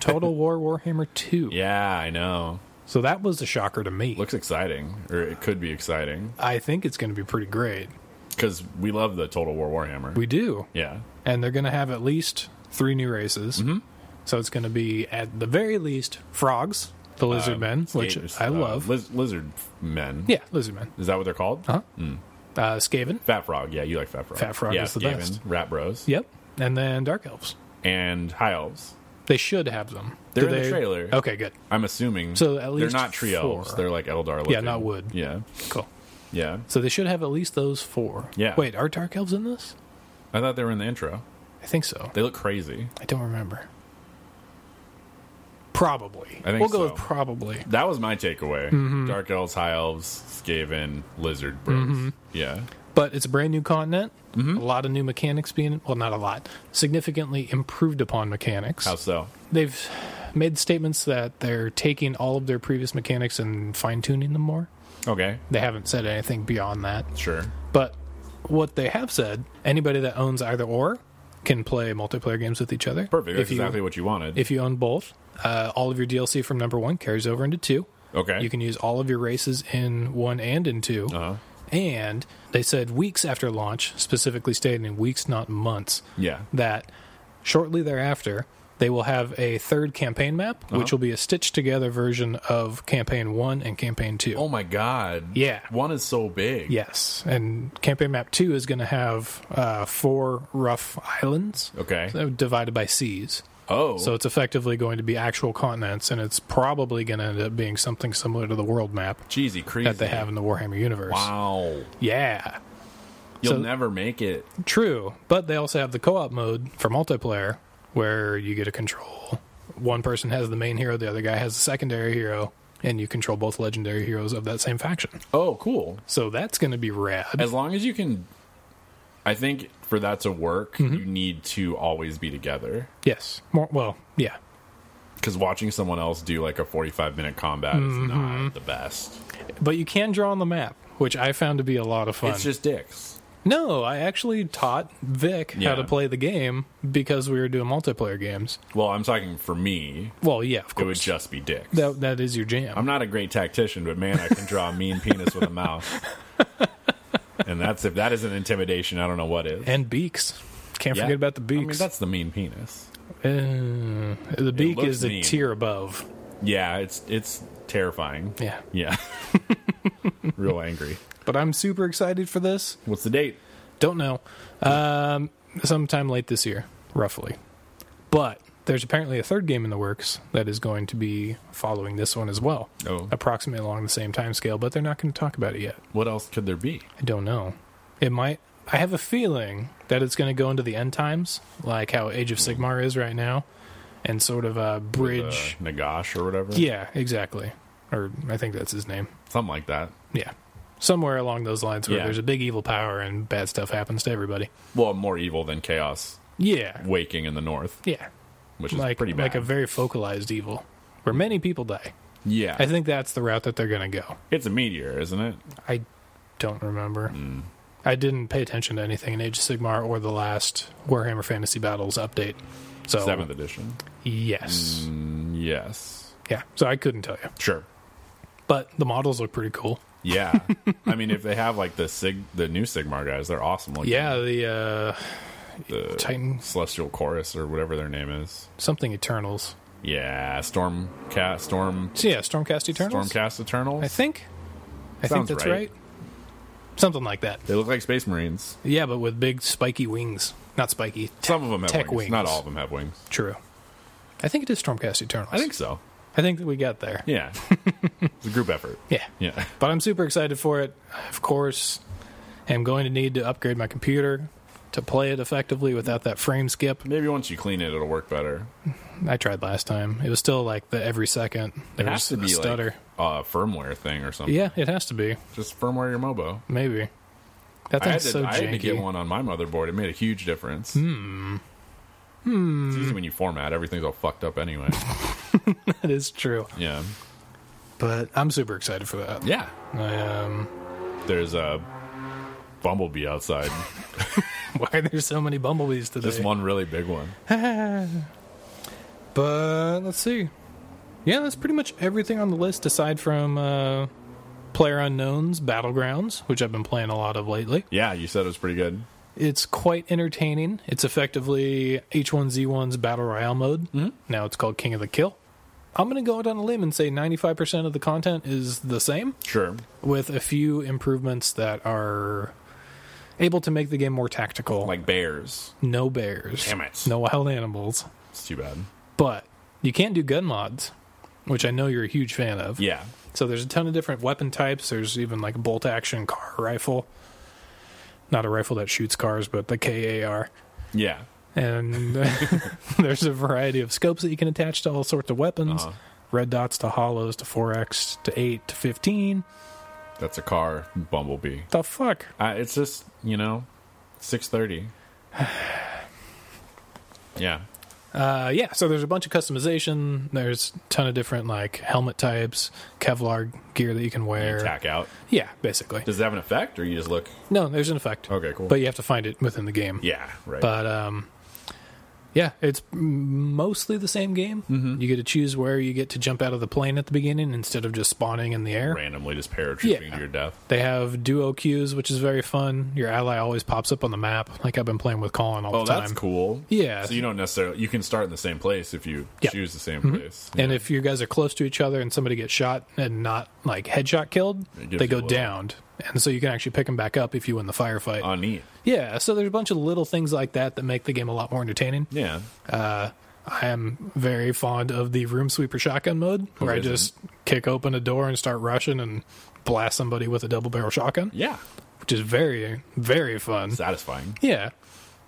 Speaker 2: Total War Warhammer 2.
Speaker 1: yeah, I know.
Speaker 2: So that was a shocker to me.
Speaker 1: Looks exciting, or it could be exciting
Speaker 2: I think it's going to be pretty great.
Speaker 1: because we love the Total War Warhammer.
Speaker 2: We do.
Speaker 1: yeah,
Speaker 2: And they're going to have at least three new races. Mm-hmm. So it's going to be, at the very least, frogs, the lizard men, which
Speaker 1: Um, Skaters,
Speaker 2: I
Speaker 1: uh,
Speaker 2: love.
Speaker 1: liz- lizard men.
Speaker 2: yeah, lizard men.
Speaker 1: Is that what they're called?
Speaker 2: Uh-huh. Uh, Skaven.
Speaker 1: Fat Frog. Yeah, you like Fat Frog.
Speaker 2: Fat Frog
Speaker 1: yeah,
Speaker 2: is the
Speaker 1: Skaven,
Speaker 2: best.
Speaker 1: Rat Bros.
Speaker 2: Yep. And then dark elves.
Speaker 1: And High Elves.
Speaker 2: They should have them.
Speaker 1: They're
Speaker 2: Do
Speaker 1: in the
Speaker 2: they-
Speaker 1: trailer.
Speaker 2: Okay, good.
Speaker 1: I'm assuming.
Speaker 2: So at least
Speaker 1: they're not tree
Speaker 2: four.
Speaker 1: elves. They're like Eldar. Looking.
Speaker 2: not wood.
Speaker 1: Yeah,
Speaker 2: Cool.
Speaker 1: yeah.
Speaker 2: So they should have at least those four.
Speaker 1: Yeah.
Speaker 2: Wait, are dark elves in this?
Speaker 1: I thought they were in the intro.
Speaker 2: I think so.
Speaker 1: They look crazy.
Speaker 2: I don't remember. Probably.
Speaker 1: I think
Speaker 2: we'll go
Speaker 1: so.
Speaker 2: with probably.
Speaker 1: That was my takeaway.
Speaker 2: Mm-hmm.
Speaker 1: Dark elves, high elves, Skaven, lizard bros.
Speaker 2: Mm-hmm.
Speaker 1: Yeah,
Speaker 2: But it's a brand new continent.
Speaker 1: Mm-hmm.
Speaker 2: A lot of new mechanics being well, not a lot. Significantly improved upon mechanics.
Speaker 1: how so?
Speaker 2: They've made statements that they're taking all of their previous mechanics and fine tuning them more.
Speaker 1: Okay,
Speaker 2: They haven't said anything beyond that.
Speaker 1: sure.
Speaker 2: But what they have said, anybody that owns either or can play multiplayer games with each other.
Speaker 1: Perfect. That's
Speaker 2: If you,
Speaker 1: exactly what you wanted.
Speaker 2: if you own both, uh, all of your DLC from number one carries over into two.
Speaker 1: okay.
Speaker 2: You can use all of your races in one and in 2
Speaker 1: Uh-huh.
Speaker 2: And they said weeks after launch, specifically stating in weeks, not months,
Speaker 1: Yeah.
Speaker 2: that shortly thereafter, they will have a third campaign map,
Speaker 1: Uh-huh.
Speaker 2: which will be a stitched together version of campaign one and campaign two.
Speaker 1: Oh my god.
Speaker 2: Yeah.
Speaker 1: One is so big.
Speaker 2: Yes. And campaign map two is going to have uh, four rough islands
Speaker 1: Okay.
Speaker 2: uh, divided by seas.
Speaker 1: Oh.
Speaker 2: So it's effectively going to be actual continents, and it's probably going to end up being something similar to the world map.
Speaker 1: cheesy, crazy.
Speaker 2: that they have in the Warhammer universe.
Speaker 1: Wow.
Speaker 2: Yeah,
Speaker 1: You'll
Speaker 2: So-
Speaker 1: never make it.
Speaker 2: true. But they also have the co-op mode for multiplayer, where you get to control. One person has the main hero, the other guy has the secondary hero, and you control both legendary heroes of that same faction.
Speaker 1: Oh, cool.
Speaker 2: So that's going to be rad.
Speaker 1: As long as you can, I think for that to work,
Speaker 2: Mm-hmm.
Speaker 1: you need to always be together.
Speaker 2: Yes. More. Well, yeah.
Speaker 1: Because watching someone else do like a forty-five minute combat
Speaker 2: Mm-hmm.
Speaker 1: is not the best.
Speaker 2: But you can draw on the map, which I found to be a lot of fun.
Speaker 1: It's just dicks.
Speaker 2: no, I actually taught Vic
Speaker 1: Yeah.
Speaker 2: how to play the game because we were doing multiplayer games.
Speaker 1: Well, I'm talking for me.
Speaker 2: Well, yeah, of
Speaker 1: It would
Speaker 2: course.
Speaker 1: just be dicks.
Speaker 2: that that is your jam.
Speaker 1: I'm not a great tactician, but man, I can draw a mean penis with a mouth. And that's if that isn't intimidation, I don't know what is.
Speaker 2: and beaks. Can't
Speaker 1: Yeah.
Speaker 2: forget about the
Speaker 1: I mean,
Speaker 2: beaks.
Speaker 1: that's the mean penis.
Speaker 2: Uh, the beak
Speaker 1: looks
Speaker 2: is a
Speaker 1: mean.
Speaker 2: tier above.
Speaker 1: Yeah, it's it's terrifying.
Speaker 2: Yeah.
Speaker 1: Yeah. Real angry.
Speaker 2: But I'm super excited for this.
Speaker 1: What's the date?
Speaker 2: Don't know. Um, sometime late this year, roughly. But there's apparently a third game in the works that is going to be following this one as well.
Speaker 1: Oh.
Speaker 2: Approximately along the same time scale, but they're not going to talk about it yet.
Speaker 1: What else could there be?
Speaker 2: I don't know. It might. I have a feeling that it's going to go into the end times, like how Age of Sigmar is right now, and sort of a
Speaker 1: Uh,
Speaker 2: bridge.
Speaker 1: Nagash or whatever?
Speaker 2: yeah, exactly. Or I think that's his name.
Speaker 1: Something like that.
Speaker 2: Yeah. Somewhere along those lines where
Speaker 1: Yeah.
Speaker 2: there's a big evil power and bad stuff happens to everybody.
Speaker 1: Well, more evil than chaos
Speaker 2: Yeah.
Speaker 1: waking in the north,
Speaker 2: Yeah.
Speaker 1: which is
Speaker 2: Like
Speaker 1: pretty bad.
Speaker 2: like a very focalized evil where many people die.
Speaker 1: yeah.
Speaker 2: I think that's the route that they're going to go.
Speaker 1: it's a meteor, isn't it?
Speaker 2: I don't remember.
Speaker 1: Mm.
Speaker 2: I didn't pay attention to anything in Age of Sigmar or the last Warhammer Fantasy Battles update. So
Speaker 1: Seventh Mm. edition.
Speaker 2: Yes.
Speaker 1: Yes.
Speaker 2: Yeah. So I couldn't tell you.
Speaker 1: Sure.
Speaker 2: But the models look pretty cool.
Speaker 1: Yeah. I mean, if they have like the Sig, the new Sigmar guys, they're awesome. Like
Speaker 2: Yeah, the uh Titan
Speaker 1: Celestial Chorus or whatever their name is.
Speaker 2: something Eternals.
Speaker 1: Yeah, Stormcast, Storm,
Speaker 2: So yeah, Stormcast Eternals.
Speaker 1: Stormcast Eternals.
Speaker 2: I think. I
Speaker 1: Sounds
Speaker 2: think that's
Speaker 1: right.
Speaker 2: right. Something like that.
Speaker 1: they look like Space Marines.
Speaker 2: Yeah, but with big spiky wings. Not spiky. Te-
Speaker 1: Some of them have
Speaker 2: tech
Speaker 1: wings.
Speaker 2: wings.
Speaker 1: Not all of them have wings.
Speaker 2: True. I think it is Stormcast Eternals.
Speaker 1: I think so.
Speaker 2: I think that we got there.
Speaker 1: Yeah, it's a group effort.
Speaker 2: Yeah.
Speaker 1: Yeah,
Speaker 2: But I'm super excited for it. Of course, am going to need to upgrade my computer. to play it effectively without that frame skip.
Speaker 1: Maybe once you clean it, it'll work better.
Speaker 2: I tried last time. It was still like the every second
Speaker 1: It
Speaker 2: there
Speaker 1: has
Speaker 2: was
Speaker 1: to
Speaker 2: a
Speaker 1: be
Speaker 2: stutter.
Speaker 1: like a firmware thing or something.
Speaker 2: yeah, it has to be.
Speaker 1: Just firmware your MOBO.
Speaker 2: Maybe. That
Speaker 1: I had,
Speaker 2: thing's
Speaker 1: to,
Speaker 2: so
Speaker 1: I had to get
Speaker 2: janky.
Speaker 1: one on my motherboard. It made a huge difference. Hmm. It's
Speaker 2: Hmm.
Speaker 1: easy when you format. Everything's all fucked up anyway.
Speaker 2: That is true.
Speaker 1: yeah.
Speaker 2: But I'm super excited for that.
Speaker 1: Yeah.
Speaker 2: I, um,
Speaker 1: There's a bumblebee outside.
Speaker 2: why are there so many bumblebees today?
Speaker 1: Just one really big one.
Speaker 2: But let's see. Yeah, that's pretty much everything on the list aside from uh, Player Unknown's Battlegrounds, which I've been playing a lot of lately.
Speaker 1: Yeah, you said it was pretty good.
Speaker 2: It's quite entertaining. It's effectively H1Z1's Battle Royale mode. Now it's called King of the Kill. I'm going to go out on a limb and say 95% of the content is the same,
Speaker 1: Sure.
Speaker 2: with a few improvements that are able to make the game more tactical.
Speaker 1: Like bears.
Speaker 2: no bears,
Speaker 1: Damn it.
Speaker 2: no wild animals.
Speaker 1: It's too bad.
Speaker 2: But you can do gun mods, which I know you're a huge fan of.
Speaker 1: Yeah.
Speaker 2: So there's a ton of different weapon types. There's even like a bolt action car rifle. Not a rifle that shoots cars, but the KAR.
Speaker 1: Yeah.
Speaker 2: And there's a variety of scopes that you can attach to all sorts of weapons.
Speaker 1: Uh-huh.
Speaker 2: Red dots to hollows to 4x to 8 to 15.
Speaker 1: That's a car bumblebee.
Speaker 2: The fuck?
Speaker 1: Uh, it's just you know, six thirty. yeah,
Speaker 2: Uh, yeah, so there's a bunch of customization. There's a ton of different like helmet types, Kevlar gear that you can wear.
Speaker 1: tack out.
Speaker 2: Yeah, basically.
Speaker 1: Does it have an effect, or you just look?
Speaker 2: No, there's an effect.
Speaker 1: Okay, cool.
Speaker 2: But you have to find it within the game.
Speaker 1: Yeah, right.
Speaker 2: But um, yeah, it's m- mostly the same game.
Speaker 1: Mm-hmm.
Speaker 2: You get to choose where you get to jump out of the plane at the beginning instead of just spawning in the air.
Speaker 1: Randomly just parachuting
Speaker 2: Yeah.
Speaker 1: to your death.
Speaker 2: They have duo queues, which is very fun. Your ally always pops up on the map, like I've been playing with Colin all
Speaker 1: Oh,
Speaker 2: the time.
Speaker 1: that's cool.
Speaker 2: Yeah.
Speaker 1: So you don't necessarily you can start in the same place if you
Speaker 2: Yeah. Mm-hmm.
Speaker 1: choose the same place.
Speaker 2: And if you guys are close to each other and somebody gets shot and not like headshot killed,
Speaker 1: gives
Speaker 2: they
Speaker 1: you a
Speaker 2: go
Speaker 1: little-
Speaker 2: downed. And so you can actually pick them back up if you win the firefight.
Speaker 1: oh, neat.
Speaker 2: yeah, so there's a bunch of little things like that that make the game a lot more entertaining.
Speaker 1: Yeah.
Speaker 2: I am very fond of the room sweeper shotgun mode, where I
Speaker 1: isn't?
Speaker 2: just kick open a door and start rushing and blast somebody with a double barrel shotgun,
Speaker 1: Yeah.
Speaker 2: which is very, very fun.
Speaker 1: Satisfying.
Speaker 2: Yeah,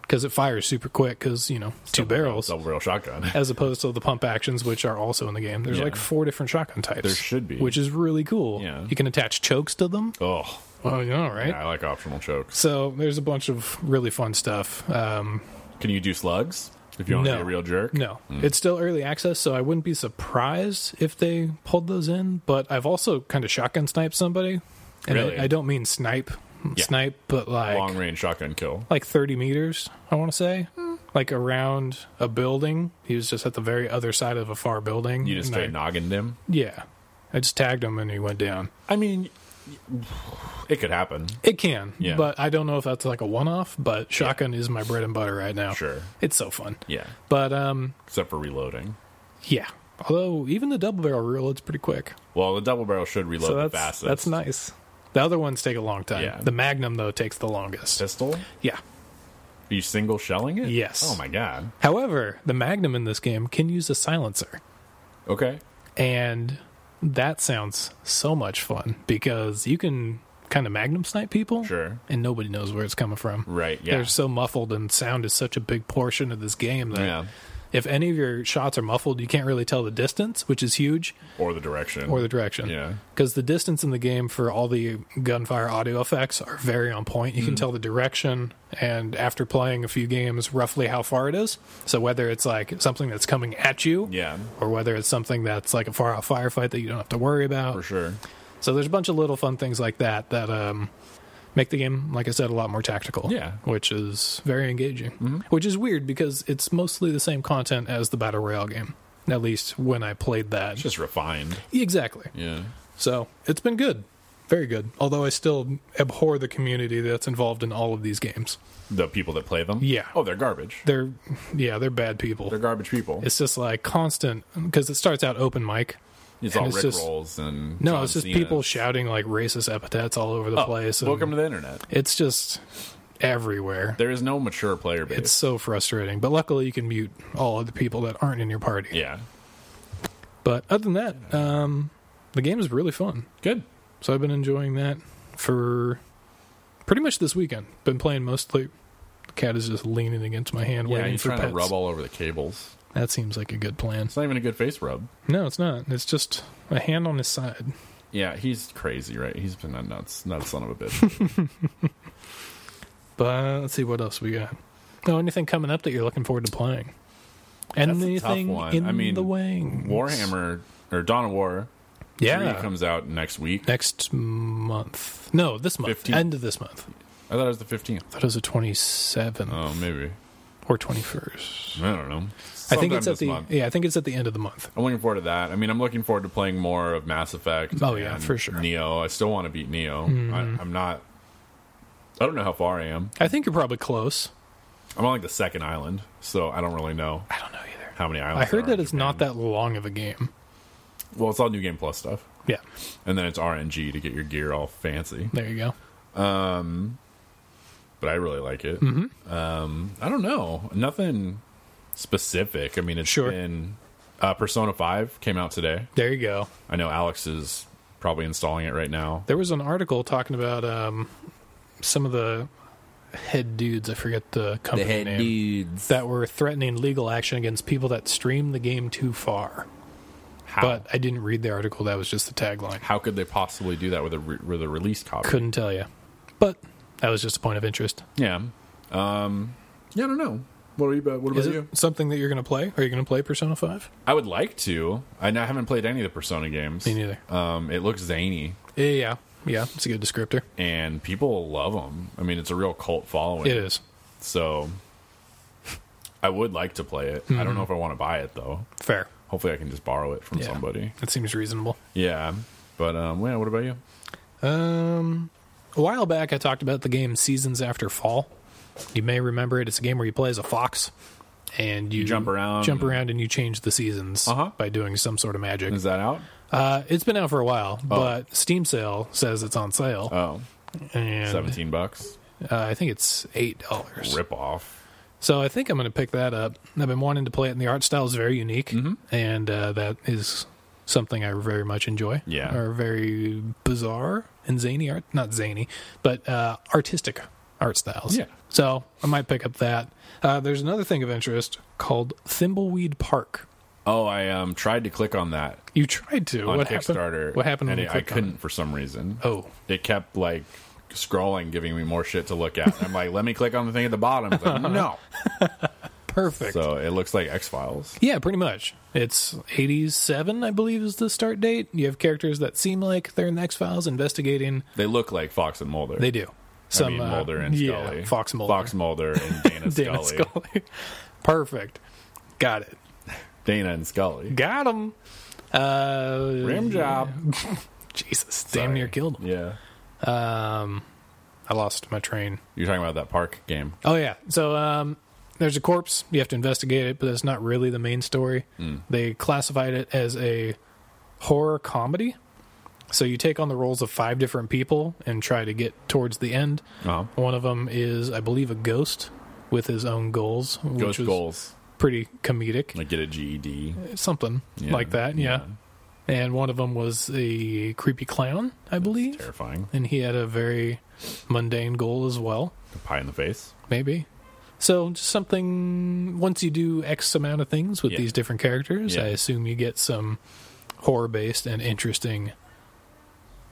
Speaker 2: because it fires super quick because, you know, two barrels,
Speaker 1: Double barrel shotgun.
Speaker 2: as opposed to the pump actions, which are also in the game. There's
Speaker 1: Yeah.
Speaker 2: like four different shotgun types.
Speaker 1: There should be.
Speaker 2: Which is really cool.
Speaker 1: Yeah.
Speaker 2: You can attach chokes to them.
Speaker 1: oh,
Speaker 2: Oh, yeah, right?
Speaker 1: yeah, I like optional chokes.
Speaker 2: So there's a bunch of really fun stuff. Um,
Speaker 1: Can you do slugs if you want to
Speaker 2: No.
Speaker 1: be a real jerk? Hmm.
Speaker 2: No, it's still early access, so I wouldn't be surprised if they pulled those in. But I've also kind of shotgun sniped somebody, and I-
Speaker 1: Really?
Speaker 2: I, don't mean snipe, snipe, but like
Speaker 1: Long range shotgun kill.
Speaker 2: like thirty meters. I want to say, like around a building. He was just at the very other side of a far building.
Speaker 1: You just
Speaker 2: and
Speaker 1: straight
Speaker 2: I,
Speaker 1: noggin him.
Speaker 2: yeah. I just tagged him and he went down.
Speaker 1: I mean, it could happen.
Speaker 2: It can,
Speaker 1: Yeah.
Speaker 2: but I don't know if that's like a one-off. But shotgun is my bread and butter right now.
Speaker 1: Sure.
Speaker 2: it's so fun.
Speaker 1: Yeah.
Speaker 2: But um,
Speaker 1: Except for reloading.
Speaker 2: yeah. Although even the double barrel reload's pretty quick.
Speaker 1: Well, the double barrel should reload
Speaker 2: so
Speaker 1: the
Speaker 2: that's
Speaker 1: fastest.
Speaker 2: that's nice. The other ones take a long time.
Speaker 1: Yeah.
Speaker 2: The Magnum though takes the longest.
Speaker 1: pistol. Are
Speaker 2: yeah.
Speaker 1: you single shelling it?
Speaker 2: Yes.
Speaker 1: Oh my god.
Speaker 2: However, the Magnum in this game can use a silencer,
Speaker 1: Okay.
Speaker 2: and that sounds so much fun because you can kind of Magnum snipe people,
Speaker 1: Sure.
Speaker 2: and nobody knows where it's coming from.
Speaker 1: Right, yeah.
Speaker 2: They're so muffled, and sound is such a big portion of this game that.
Speaker 1: Yeah.
Speaker 2: If any of your shots are muffled, you can't really tell the distance, which is huge,
Speaker 1: Or the direction.
Speaker 2: or the direction.
Speaker 1: Yeah.
Speaker 2: because the distance in the game for all the gunfire audio effects are very on point. You
Speaker 1: Mm.
Speaker 2: can tell the direction and after playing a few games roughly how far it is. So whether it's like something that's coming at you
Speaker 1: Yeah.
Speaker 2: or whether it's something that's like a far out firefight that you don't have to worry about.
Speaker 1: For sure.
Speaker 2: So there's a bunch of little fun things like that that um make the game like I said a lot more tactical.
Speaker 1: Yeah. Mm-hmm.
Speaker 2: Which is very engaging. Which is weird because it's mostly the same content as the battle royale game. At least when I played that.
Speaker 1: It's just refined.
Speaker 2: exactly.
Speaker 1: Yeah.
Speaker 2: So it's been good, very good. Although I still abhor the community that's involved in all of these games.
Speaker 1: The people that play them.
Speaker 2: Yeah.
Speaker 1: Oh, they're garbage.
Speaker 2: They're, yeah, they're bad people.
Speaker 1: They're garbage people. It's,
Speaker 2: it's just like constant because it starts out open mic. and
Speaker 1: all
Speaker 2: it's
Speaker 1: Rick
Speaker 2: just-
Speaker 1: rolls and
Speaker 2: No,
Speaker 1: John
Speaker 2: it's just
Speaker 1: Cena's.
Speaker 2: people shouting like racist epithets all over the
Speaker 1: Oh,
Speaker 2: place. and
Speaker 1: welcome to the internet.
Speaker 2: it's just everywhere.
Speaker 1: There is no mature player base.
Speaker 2: It's so frustrating. But luckily, you can mute all of the people that aren't in your party.
Speaker 1: yeah.
Speaker 2: But other than that, um, the game is really fun.
Speaker 1: Good.
Speaker 2: So I've been enjoying that for pretty much this weekend. Been playing mostly Cat is just leaning against my hand,
Speaker 1: Yeah,
Speaker 2: waiting
Speaker 1: he's
Speaker 2: for
Speaker 1: trying
Speaker 2: pets.
Speaker 1: to rub all over the cables.
Speaker 2: That seems like a good plan.
Speaker 1: It's not even a good face rub.
Speaker 2: No, it's not. It's just a hand on his side.
Speaker 1: Yeah, he's crazy, right? He's been a nuts, nuts son of a bitch.
Speaker 2: But let's see what else we got. Oh, anything coming up that you're looking forward to playing?
Speaker 1: a tough
Speaker 2: Anything
Speaker 1: one.
Speaker 2: in
Speaker 1: I mean,
Speaker 2: the wings?
Speaker 1: Warhammer or Dawn of War.
Speaker 2: Yeah.
Speaker 1: three comes out next week.
Speaker 2: Next month. No, this month.
Speaker 1: 15th.
Speaker 2: End of this month.
Speaker 1: I thought it was the fifteenth.
Speaker 2: That was the 27th
Speaker 1: Oh, maybe
Speaker 2: or 21st.
Speaker 1: I don't know.
Speaker 2: I think it's
Speaker 1: Sometime
Speaker 2: at the
Speaker 1: month.
Speaker 2: yeah. I think it's at the end of the month.
Speaker 1: I'm looking forward to that. I mean, I'm looking forward to playing more of Mass Effect.
Speaker 2: Oh, yeah,
Speaker 1: and
Speaker 2: for sure. Mm-hmm.
Speaker 1: Neo. I still want to beat Neo. I, I'm not. I don't know how far I am.
Speaker 2: I think you're probably close.
Speaker 1: I'm on like the second island, so I don't really know
Speaker 2: I don't know either.
Speaker 1: how many islands.
Speaker 2: I heard
Speaker 1: there are
Speaker 2: that
Speaker 1: in
Speaker 2: it's not
Speaker 1: Japan.
Speaker 2: that long of a game.
Speaker 1: Well, it's all new game plus stuff,
Speaker 2: Yeah,
Speaker 1: and then it's RNG to get your gear all fancy.
Speaker 2: there you go.
Speaker 1: But I really like it.
Speaker 2: Mm-hmm.
Speaker 1: Um, I don't know nothing specific. I mean, it's
Speaker 2: Sure.
Speaker 1: been uh, Persona Five came out today.
Speaker 2: There you go.
Speaker 1: I know Alex is probably installing it right now.
Speaker 2: There was an article talking about um, some of the head dudes. I forget the company name
Speaker 1: dudes.
Speaker 2: that were threatening legal action against people that stream the game too far.
Speaker 1: How?
Speaker 2: But I didn't read the article. That was just the tagline.
Speaker 1: How could they possibly do that with a re- with a release copy?
Speaker 2: Couldn't tell you. But that was just a point of interest.
Speaker 1: yeah. Um, yeah, I don't know. What are you about? What
Speaker 2: Is
Speaker 1: about you?
Speaker 2: it something that you're going to play? Are you going to play Persona 5?
Speaker 1: I would like to. I n- I haven't played any of the Persona games.
Speaker 2: Me neither.
Speaker 1: Um, it looks zany,
Speaker 2: Yeah, yeah. Yeah, it's a good descriptor.
Speaker 1: and people love them. I mean, it's a real cult following.
Speaker 2: It is.
Speaker 1: So, I would like to play it. I don't know if I want to buy it though.
Speaker 2: Fair.
Speaker 1: Hopefully, I can just borrow it from
Speaker 2: Yeah.
Speaker 1: somebody.
Speaker 2: That seems reasonable.
Speaker 1: Yeah. But um, yeah. What about you?
Speaker 2: Um, a while back, I talked about the game Seasons After Fall. You may remember it. It's a game where you play as a fox and you,
Speaker 1: jump around.
Speaker 2: jump around, and you change the seasons
Speaker 1: Uh-huh. Mm.
Speaker 2: by doing some sort of magic.
Speaker 1: Is that out?
Speaker 2: Uh, it's been out for a while, but Steam sale says it's on sale,
Speaker 1: Oh,
Speaker 2: and
Speaker 1: 17 bucks.
Speaker 2: Uh, I think it's eight dollars.
Speaker 1: Rip off.
Speaker 2: So I think I'm going to pick that up. I've been wanting to play it, and the art style is very unique,
Speaker 1: Mm-hmm.
Speaker 2: and uh, that is something I very much enjoy.
Speaker 1: Yeah.
Speaker 2: or very bizarre and zany art, not zany, but uh, artistic art styles.
Speaker 1: Yeah.
Speaker 2: So I might pick up that. Uh, there's another thing of interest called Thimbleweed Park.
Speaker 1: Oh, I um tried to click on that
Speaker 2: You tried to.
Speaker 1: on
Speaker 2: what
Speaker 1: Kickstarter.
Speaker 2: Happened? What happened?
Speaker 1: And
Speaker 2: when you
Speaker 1: it- I
Speaker 2: clicked on
Speaker 1: couldn't for some reason.
Speaker 2: it? Oh,
Speaker 1: It kept like scrolling, giving me more shit to look at. I'm like, let me click on the thing at the bottom. It's like, no.
Speaker 2: perfect.
Speaker 1: So it looks like X Files.
Speaker 2: Yeah, pretty much. It's 87, I believe, is the start date. You have characters that seem like they're in the X Files investigating.
Speaker 1: They look like Fox and Mulder.
Speaker 2: They do.
Speaker 1: I mean,
Speaker 2: uh,
Speaker 1: Mulder and Scully.
Speaker 2: Yeah, Fox Mulder.
Speaker 1: Fox Mulder and Dana,
Speaker 2: Dana
Speaker 1: Scully.
Speaker 2: Scully. Perfect. Got it.
Speaker 1: Dana and Scully.
Speaker 2: Got him. Uh,
Speaker 1: Rim job.
Speaker 2: Jesus, damn near
Speaker 1: Sorry.
Speaker 2: killed him.
Speaker 1: Yeah.
Speaker 2: I lost my train.
Speaker 1: You're talking about that park game.
Speaker 2: Oh yeah. So um, there's a corpse. You have to investigate it, but that's not really the main story.
Speaker 1: Hmm.
Speaker 2: They classified it as a horror comedy. So you take on the roles of five different people and try to get towards the end.
Speaker 1: Uh-huh.
Speaker 2: One of them is, I believe, a ghost with his own goals, which
Speaker 1: Ghost
Speaker 2: was
Speaker 1: goals.
Speaker 2: pretty comedic,
Speaker 1: Like get a GED.
Speaker 2: something
Speaker 1: Yeah,
Speaker 2: like that. Yeah. And one of them was a creepy clown, I believe,
Speaker 1: Terrifying.
Speaker 2: and he had a very mundane goal as well
Speaker 1: The pie in the face.
Speaker 2: maybe. So just something once you do X amount of things with
Speaker 1: Yeah.
Speaker 2: these different characters,
Speaker 1: Yeah.
Speaker 2: I assume you get some horror based and interesting.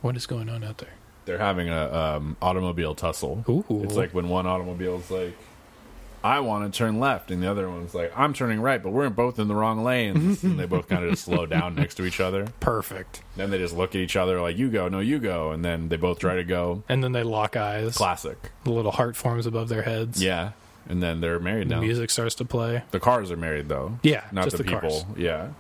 Speaker 2: What is going on out there?
Speaker 1: they're having a um, automobile tussle.
Speaker 2: Ooh.
Speaker 1: It's like when one automobile's like, "I want to turn left," and the other one's like, "I'm turning right," but we're both in the wrong lanes, and they both kind of just slow down next to each other.
Speaker 2: Perfect.
Speaker 1: Then they just look at each other like, "You go, no, you go," and then they both try to go.
Speaker 2: And then they lock eyes.
Speaker 1: Classic,
Speaker 2: The little heart forms above their heads.
Speaker 1: yeah. And then they're married
Speaker 2: The
Speaker 1: now.
Speaker 2: music starts to play.
Speaker 1: The cars are married though.
Speaker 2: Yeah,
Speaker 1: not
Speaker 2: just
Speaker 1: the,
Speaker 2: the
Speaker 1: people.
Speaker 2: cars.
Speaker 1: Yeah,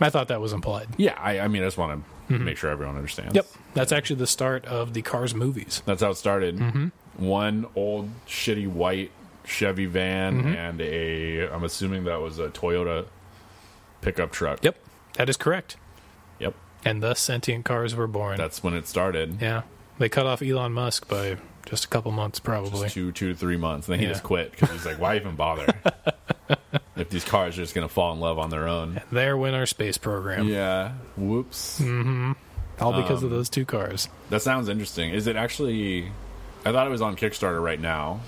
Speaker 2: I thought that was implied.
Speaker 1: yeah. I, I mean, I just want to make sure everyone understands.
Speaker 2: Mm-hmm. Yep. That's actually the start of the Cars movies.
Speaker 1: That's how it started.
Speaker 2: Mm-hmm.
Speaker 1: One old shitty white Chevy van
Speaker 2: Mm-hmm.
Speaker 1: and a I'm assuming that was a Toyota pickup truck.
Speaker 2: Yep. That is correct.
Speaker 1: Yep.
Speaker 2: And thus sentient cars were born.
Speaker 1: That's when it started.
Speaker 2: yeah. They cut off Elon Musk by just a couple months probably.
Speaker 1: Two two to three months. And then he
Speaker 2: Yeah.
Speaker 1: just quit because he's like, why even bother? if these cars are just gonna fall in love on their own.
Speaker 2: there went our space program.
Speaker 1: Yeah. Um, Whoops.
Speaker 2: Hmm. All because of those two cars.
Speaker 1: That sounds interesting. Is it actually I thought it was on Kickstarter right now.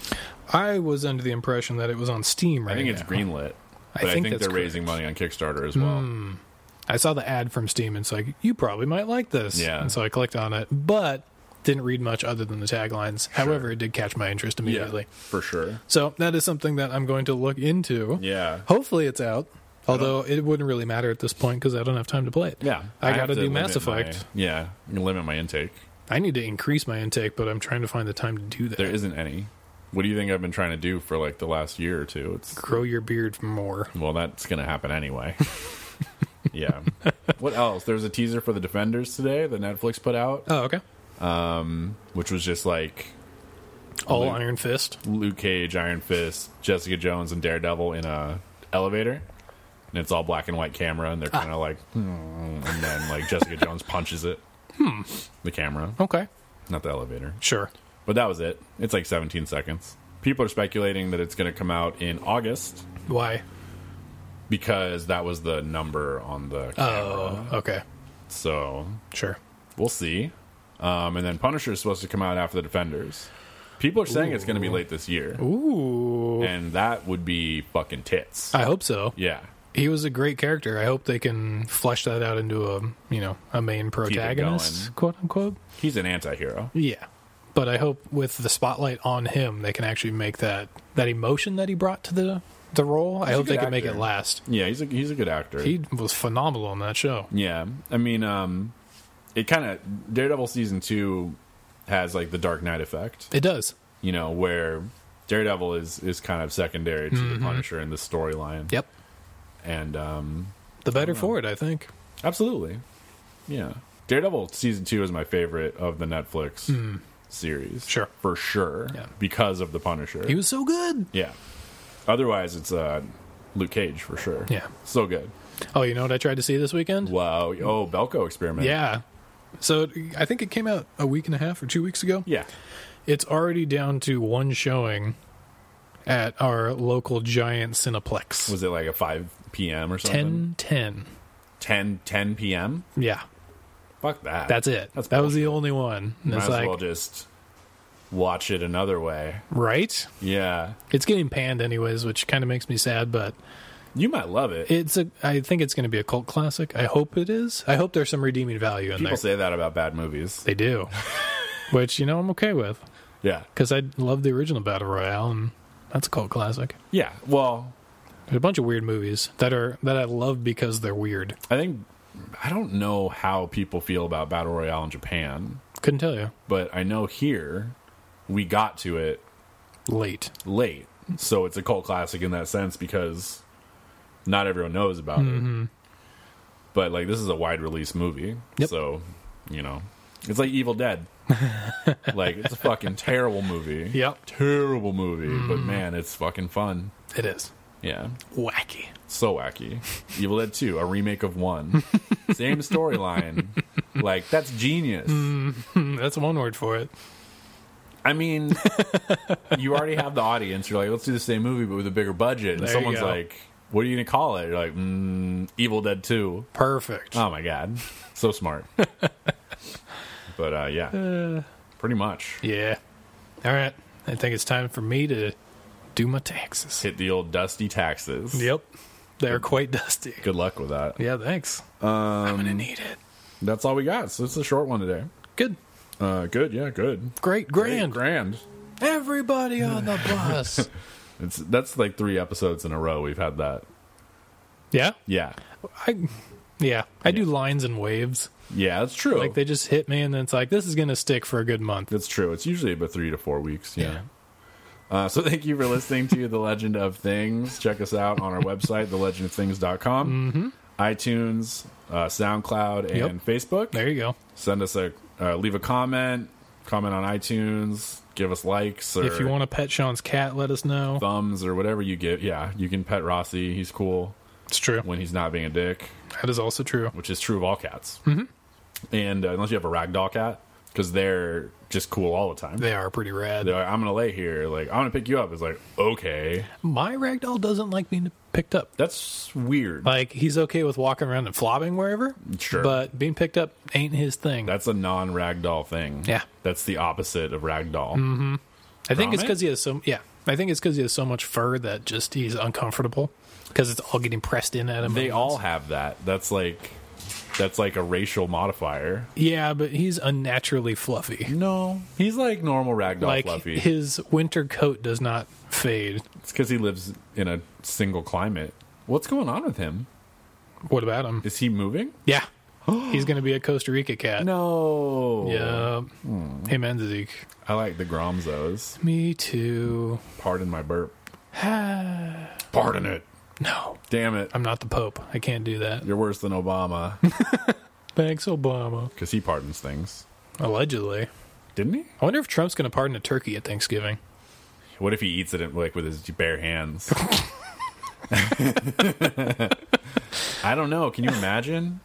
Speaker 2: I was under the impression that it was on Steam right
Speaker 1: I think it's
Speaker 2: now.
Speaker 1: greenlit,
Speaker 2: I
Speaker 1: but I
Speaker 2: think
Speaker 1: think,
Speaker 2: that's Hmm,
Speaker 1: they're raising money on Kickstarter as well.
Speaker 2: I saw the ad from Steam and it's like, you probably might like this.
Speaker 1: Yeah.
Speaker 2: And so I clicked on it, but didn't read much other than the taglines. However, it did catch my interest immediately.
Speaker 1: for sure.
Speaker 2: So that is something that I'm going to look into.
Speaker 1: Yeah.
Speaker 2: Hopefully it's out. Although it wouldn't really matter at this point because I don't have time to play it.
Speaker 1: Yeah,
Speaker 2: I,
Speaker 1: have
Speaker 2: got to do
Speaker 1: limit
Speaker 2: Mass Effect.
Speaker 1: My, yeah, I'm gonna limit my intake.
Speaker 2: I need to increase my intake, but I'm trying to find the time to do that.
Speaker 1: There isn't any. What do you think I've been trying to do for like the last year or two? It's
Speaker 2: Grow your beard more.
Speaker 1: well, that's gonna happen anyway. yeah. What else? There was a teaser for the Defenders today that Netflix put out,
Speaker 2: Oh, okay.
Speaker 1: which was just like
Speaker 2: All
Speaker 1: Luke.
Speaker 2: Iron Fist.
Speaker 1: Luke Cage, Iron Fist, Jessica Jones, and Daredevil in a elevator, and it's all black and white camera, and they're kind of like, "Hmm," and then like Jessica Jones punches it, the camera,
Speaker 2: Okay.
Speaker 1: not the elevator.
Speaker 2: Sure.
Speaker 1: But that was it. It's like 17 seconds. People are speculating that it's going to come out in August
Speaker 2: Why?
Speaker 1: because that was the number on the camera.
Speaker 2: Oh, okay.
Speaker 1: So
Speaker 2: Sure.
Speaker 1: we'll see. Um, and then Punisher is supposed to come out after the Defenders. People are saying it's going to be late this year,
Speaker 2: Ooh.
Speaker 1: and that would be fucking tits.
Speaker 2: I hope so.
Speaker 1: yeah,
Speaker 2: He was a great character. I hope they can flesh that out into a you know a main
Speaker 1: going.
Speaker 2: protagonist, quote unquote.
Speaker 1: he's an anti-hero.
Speaker 2: Yeah, but I hope with the spotlight on him, they can actually make that that emotion that he brought to the the role. I
Speaker 1: a
Speaker 2: hope they
Speaker 1: good
Speaker 2: can make it
Speaker 1: actor.
Speaker 2: last.
Speaker 1: Yeah, he's a he's a good actor.
Speaker 2: He was phenomenal on that show.
Speaker 1: Yeah, I mean, um, it kind of Daredevil season two has like the Dark Knight effect.
Speaker 2: It does.
Speaker 1: you know, where Daredevil is is kind of secondary to
Speaker 2: Mm-hmm.
Speaker 1: the Punisher in the storyline.
Speaker 2: Yep.
Speaker 1: And um
Speaker 2: The better for it, I think.
Speaker 1: absolutely. Yeah. Daredevil season 2 is my favorite of the Netflix series.
Speaker 2: Hmm. Sure.
Speaker 1: For sure.
Speaker 2: Yeah.
Speaker 1: Because of the Punisher.
Speaker 2: He was so good.
Speaker 1: yeah. Otherwise it's uh Luke Cage for sure.
Speaker 2: Yeah.
Speaker 1: So good.
Speaker 2: Oh, you know what I tried to see this weekend?
Speaker 1: Wow. Oh, Belko experiment.
Speaker 2: Yeah. So it- I think it came out a week and a half or two weeks ago.
Speaker 1: Yeah.
Speaker 2: It's already down to one showing at our local giant Cineplex.
Speaker 1: Was it like a 5 p.m. or something?
Speaker 2: 10 10.
Speaker 1: 10 10 p.m.
Speaker 2: Yeah,
Speaker 1: Fuck that.
Speaker 2: that's it.
Speaker 1: That's
Speaker 2: that was the only one. And
Speaker 1: Might
Speaker 2: it's
Speaker 1: as
Speaker 2: like,
Speaker 1: well just watch it another way.
Speaker 2: right?
Speaker 1: Yeah.
Speaker 2: It's getting panned anyways, which kind of makes me sad, but
Speaker 1: You might love it.
Speaker 2: it's a I think it's going to be a cult classic. I hope it is. I hope there's some redeeming value in
Speaker 1: People
Speaker 2: there.
Speaker 1: say that about bad movies.
Speaker 2: they do. which, you know, I'm okay with
Speaker 1: Yeah.
Speaker 2: cuz I love the original Battle Royale and that's a cult classic.
Speaker 1: Yeah. Well,
Speaker 2: There's a bunch of weird movies that are that I love because they're weird.
Speaker 1: I think I don't know how people feel about Battle Royale in Japan,
Speaker 2: Couldn't tell you.
Speaker 1: but I know here we got to it
Speaker 2: Late.
Speaker 1: late. So it's a cult classic in that sense because not everyone knows about it. But like this is a wide release movie.
Speaker 2: Yep.
Speaker 1: So, you know, it's like Evil Dead. like it's a fucking terrible movie.
Speaker 2: Yep.
Speaker 1: Terrible movie, but man, it's fucking fun.
Speaker 2: It is.
Speaker 1: Yeah.
Speaker 2: Wacky.
Speaker 1: so wacky. Evil Dead 2, a remake of 1. Same storyline. like, that's genius.
Speaker 2: Mm, That's one word for it.
Speaker 1: I mean, you already have the audience. You're like, let's do the same movie, but with a bigger budget. And
Speaker 2: There you
Speaker 1: someone's
Speaker 2: go.
Speaker 1: like, what are you going to call it? You're like, mm, Evil Dead 2.
Speaker 2: Perfect.
Speaker 1: Oh my God. So smart. but uh, yeah, pretty much.
Speaker 2: Yeah. All right. I think it's time for me to do my taxes.
Speaker 1: Hit the old dusty taxes.
Speaker 2: Yep. They're quite dusty.
Speaker 1: Good luck with that.
Speaker 2: Yeah, thanks. I'm going to need it.
Speaker 1: That's all we got. So it's a short one today.
Speaker 2: Good.
Speaker 1: Uh, good. Yeah, good.
Speaker 2: Great grand.
Speaker 1: Grand.
Speaker 2: Everybody on the bus.
Speaker 1: It's that's like three episodes in a row we've had that.
Speaker 2: yeah?
Speaker 1: Yeah,
Speaker 2: I Yeah, I do lines and waves.
Speaker 1: yeah, that's true.
Speaker 2: Like they just hit me and then it's like this is going to stick for a good month.
Speaker 1: that's true. It's usually about three to four weeks. Yeah. Uh, so thank you for listening to the Legend of Things. Check us out on our website, thelegendofthings.com, mm-hmm. iTunes, uh, SoundCloud, and
Speaker 2: Yep.
Speaker 1: Facebook.
Speaker 2: There you go.
Speaker 1: Send us a uh, leave a comment, comment on iTunes, give us likes or
Speaker 2: If you want to pet Sean's cat, let us know.
Speaker 1: thumbs or whatever you get. Yeah, you can pet Rossi. He's cool
Speaker 2: It's true.
Speaker 1: when he's not being a dick.
Speaker 2: That is also true.
Speaker 1: which is true of all cats. Mm-hmm. And uh, unless you have a ragdoll cat, because they're just cool all the time.
Speaker 2: They are pretty rad.
Speaker 1: They're like, I'm gonna lay here, like I'm gonna pick you up. It's like okay,
Speaker 2: My ragdoll doesn't like being picked up.
Speaker 1: that's weird.
Speaker 2: Like he's okay with walking around and flopping wherever.
Speaker 1: Sure.
Speaker 2: But being picked up ain't his thing.
Speaker 1: that's a non-ragdoll thing.
Speaker 2: Yeah. Mm-hmm.
Speaker 1: that's the opposite of ragdoll.
Speaker 2: I think it's
Speaker 1: Gromit?
Speaker 2: because he has so yeah. I think it's because he has so much fur that just he's uncomfortable because it's all getting pressed in at him.
Speaker 1: They all have that. That's like that's like a racial modifier.
Speaker 2: yeah, but he's unnaturally fluffy.
Speaker 1: No, he's like normal ragdoll
Speaker 2: like
Speaker 1: fluffy.
Speaker 2: his winter coat does not fade.
Speaker 1: it's because he lives in a single climate. What's going on with him?
Speaker 2: What about him?
Speaker 1: Is he moving?
Speaker 2: Yeah, he's going to be a Costa Rica cat.
Speaker 1: No.
Speaker 2: Uh, Yeah,
Speaker 1: Hmm.
Speaker 2: him and Zeke.
Speaker 1: I like the Gromzos.
Speaker 2: Me too.
Speaker 1: Pardon my burp. Pardon it.
Speaker 2: No,
Speaker 1: Damn it.
Speaker 2: I'm not the Pope. I can't do that.
Speaker 1: You're worse than Obama
Speaker 2: Thanks, Obama.
Speaker 1: because he pardons things.
Speaker 2: Allegedly.
Speaker 1: Didn't he?
Speaker 2: I wonder if Trump's going to pardon a turkey at Thanksgiving.
Speaker 1: What if he eats it in, like with his bare hands? I don't know. Can you imagine?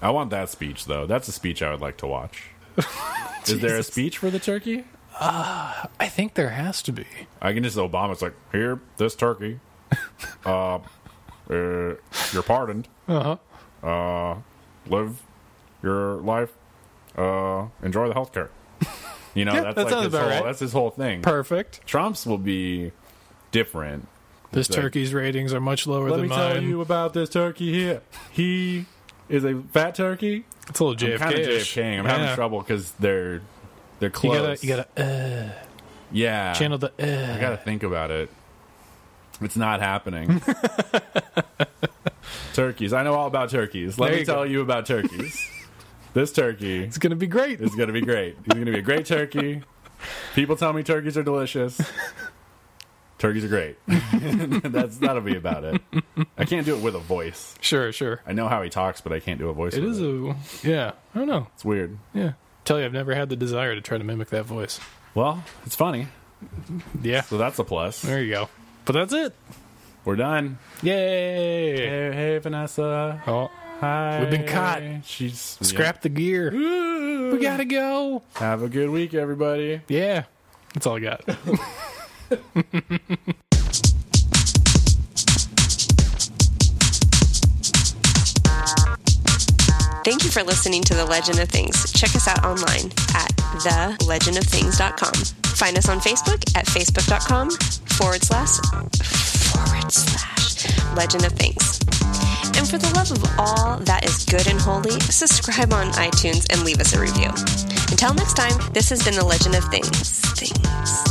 Speaker 1: I want that speech though. That's a speech I would like to watch. Is there a
Speaker 2: Jesus.
Speaker 1: speech for the turkey?
Speaker 2: I think there has to be.
Speaker 1: I can just Obama's like, here, this turkey. Uh, uh you're pardoned. Uh-huh. Uh live your life. Uh enjoy the health care. You know, that's
Speaker 2: that
Speaker 1: like
Speaker 2: sounds
Speaker 1: his
Speaker 2: about
Speaker 1: whole,
Speaker 2: right.
Speaker 1: that's his whole thing.
Speaker 2: Perfect.
Speaker 1: Trump's will be different.
Speaker 2: This
Speaker 1: Exactly.
Speaker 2: turkey's ratings are much lower
Speaker 1: Let
Speaker 2: than
Speaker 1: me
Speaker 2: mine.
Speaker 1: tell you about this turkey here. He is a fat turkey.
Speaker 2: It's a little
Speaker 1: I'm
Speaker 2: JFK.
Speaker 1: kind of JFKing. I'm having
Speaker 2: Yeah.
Speaker 1: trouble because they're they're
Speaker 2: You
Speaker 1: close.
Speaker 2: gotta, you gotta uh,
Speaker 1: yeah.
Speaker 2: channel the.
Speaker 1: I
Speaker 2: Uh.
Speaker 1: gotta think about it. It's not happening. turkeys. I know all about turkeys. Let
Speaker 2: There
Speaker 1: me
Speaker 2: you
Speaker 1: tell
Speaker 2: go.
Speaker 1: you about turkeys. this turkey
Speaker 2: It's gonna be great.
Speaker 1: is gonna be great. He's gonna be a great turkey. People tell me turkeys are delicious. Turkeys are great. That's that'll be about it. I can't do it with a voice.
Speaker 2: Sure, sure.
Speaker 1: I know how he talks, but I can't do a voice.
Speaker 2: It
Speaker 1: with
Speaker 2: is a. Yeah, I don't know.
Speaker 1: It's weird.
Speaker 2: Yeah, tell you, I've never had the desire to try to mimic that voice.
Speaker 1: Well, it's funny.
Speaker 2: Yeah,
Speaker 1: So that's a plus.
Speaker 2: there you go. But that's it.
Speaker 1: We're done.
Speaker 2: Yay!
Speaker 1: Hey, hey Vanessa.
Speaker 2: Oh,
Speaker 1: Hi.
Speaker 2: We've been caught.
Speaker 1: She's
Speaker 2: scrap the gear.
Speaker 1: Ooh.
Speaker 2: We gotta go.
Speaker 1: Have a good week, everybody.
Speaker 2: Yeah, that's all I got.
Speaker 3: Thank you for listening to The Legend of Things. Check us out online at thelegendofthings.com. Find us on Facebook at facebook.com forward slash forward slash legend of things. And for the love of all that is good and holy, subscribe on iTunes and leave us a review. Until next time, this has been The Legend of Things. Things.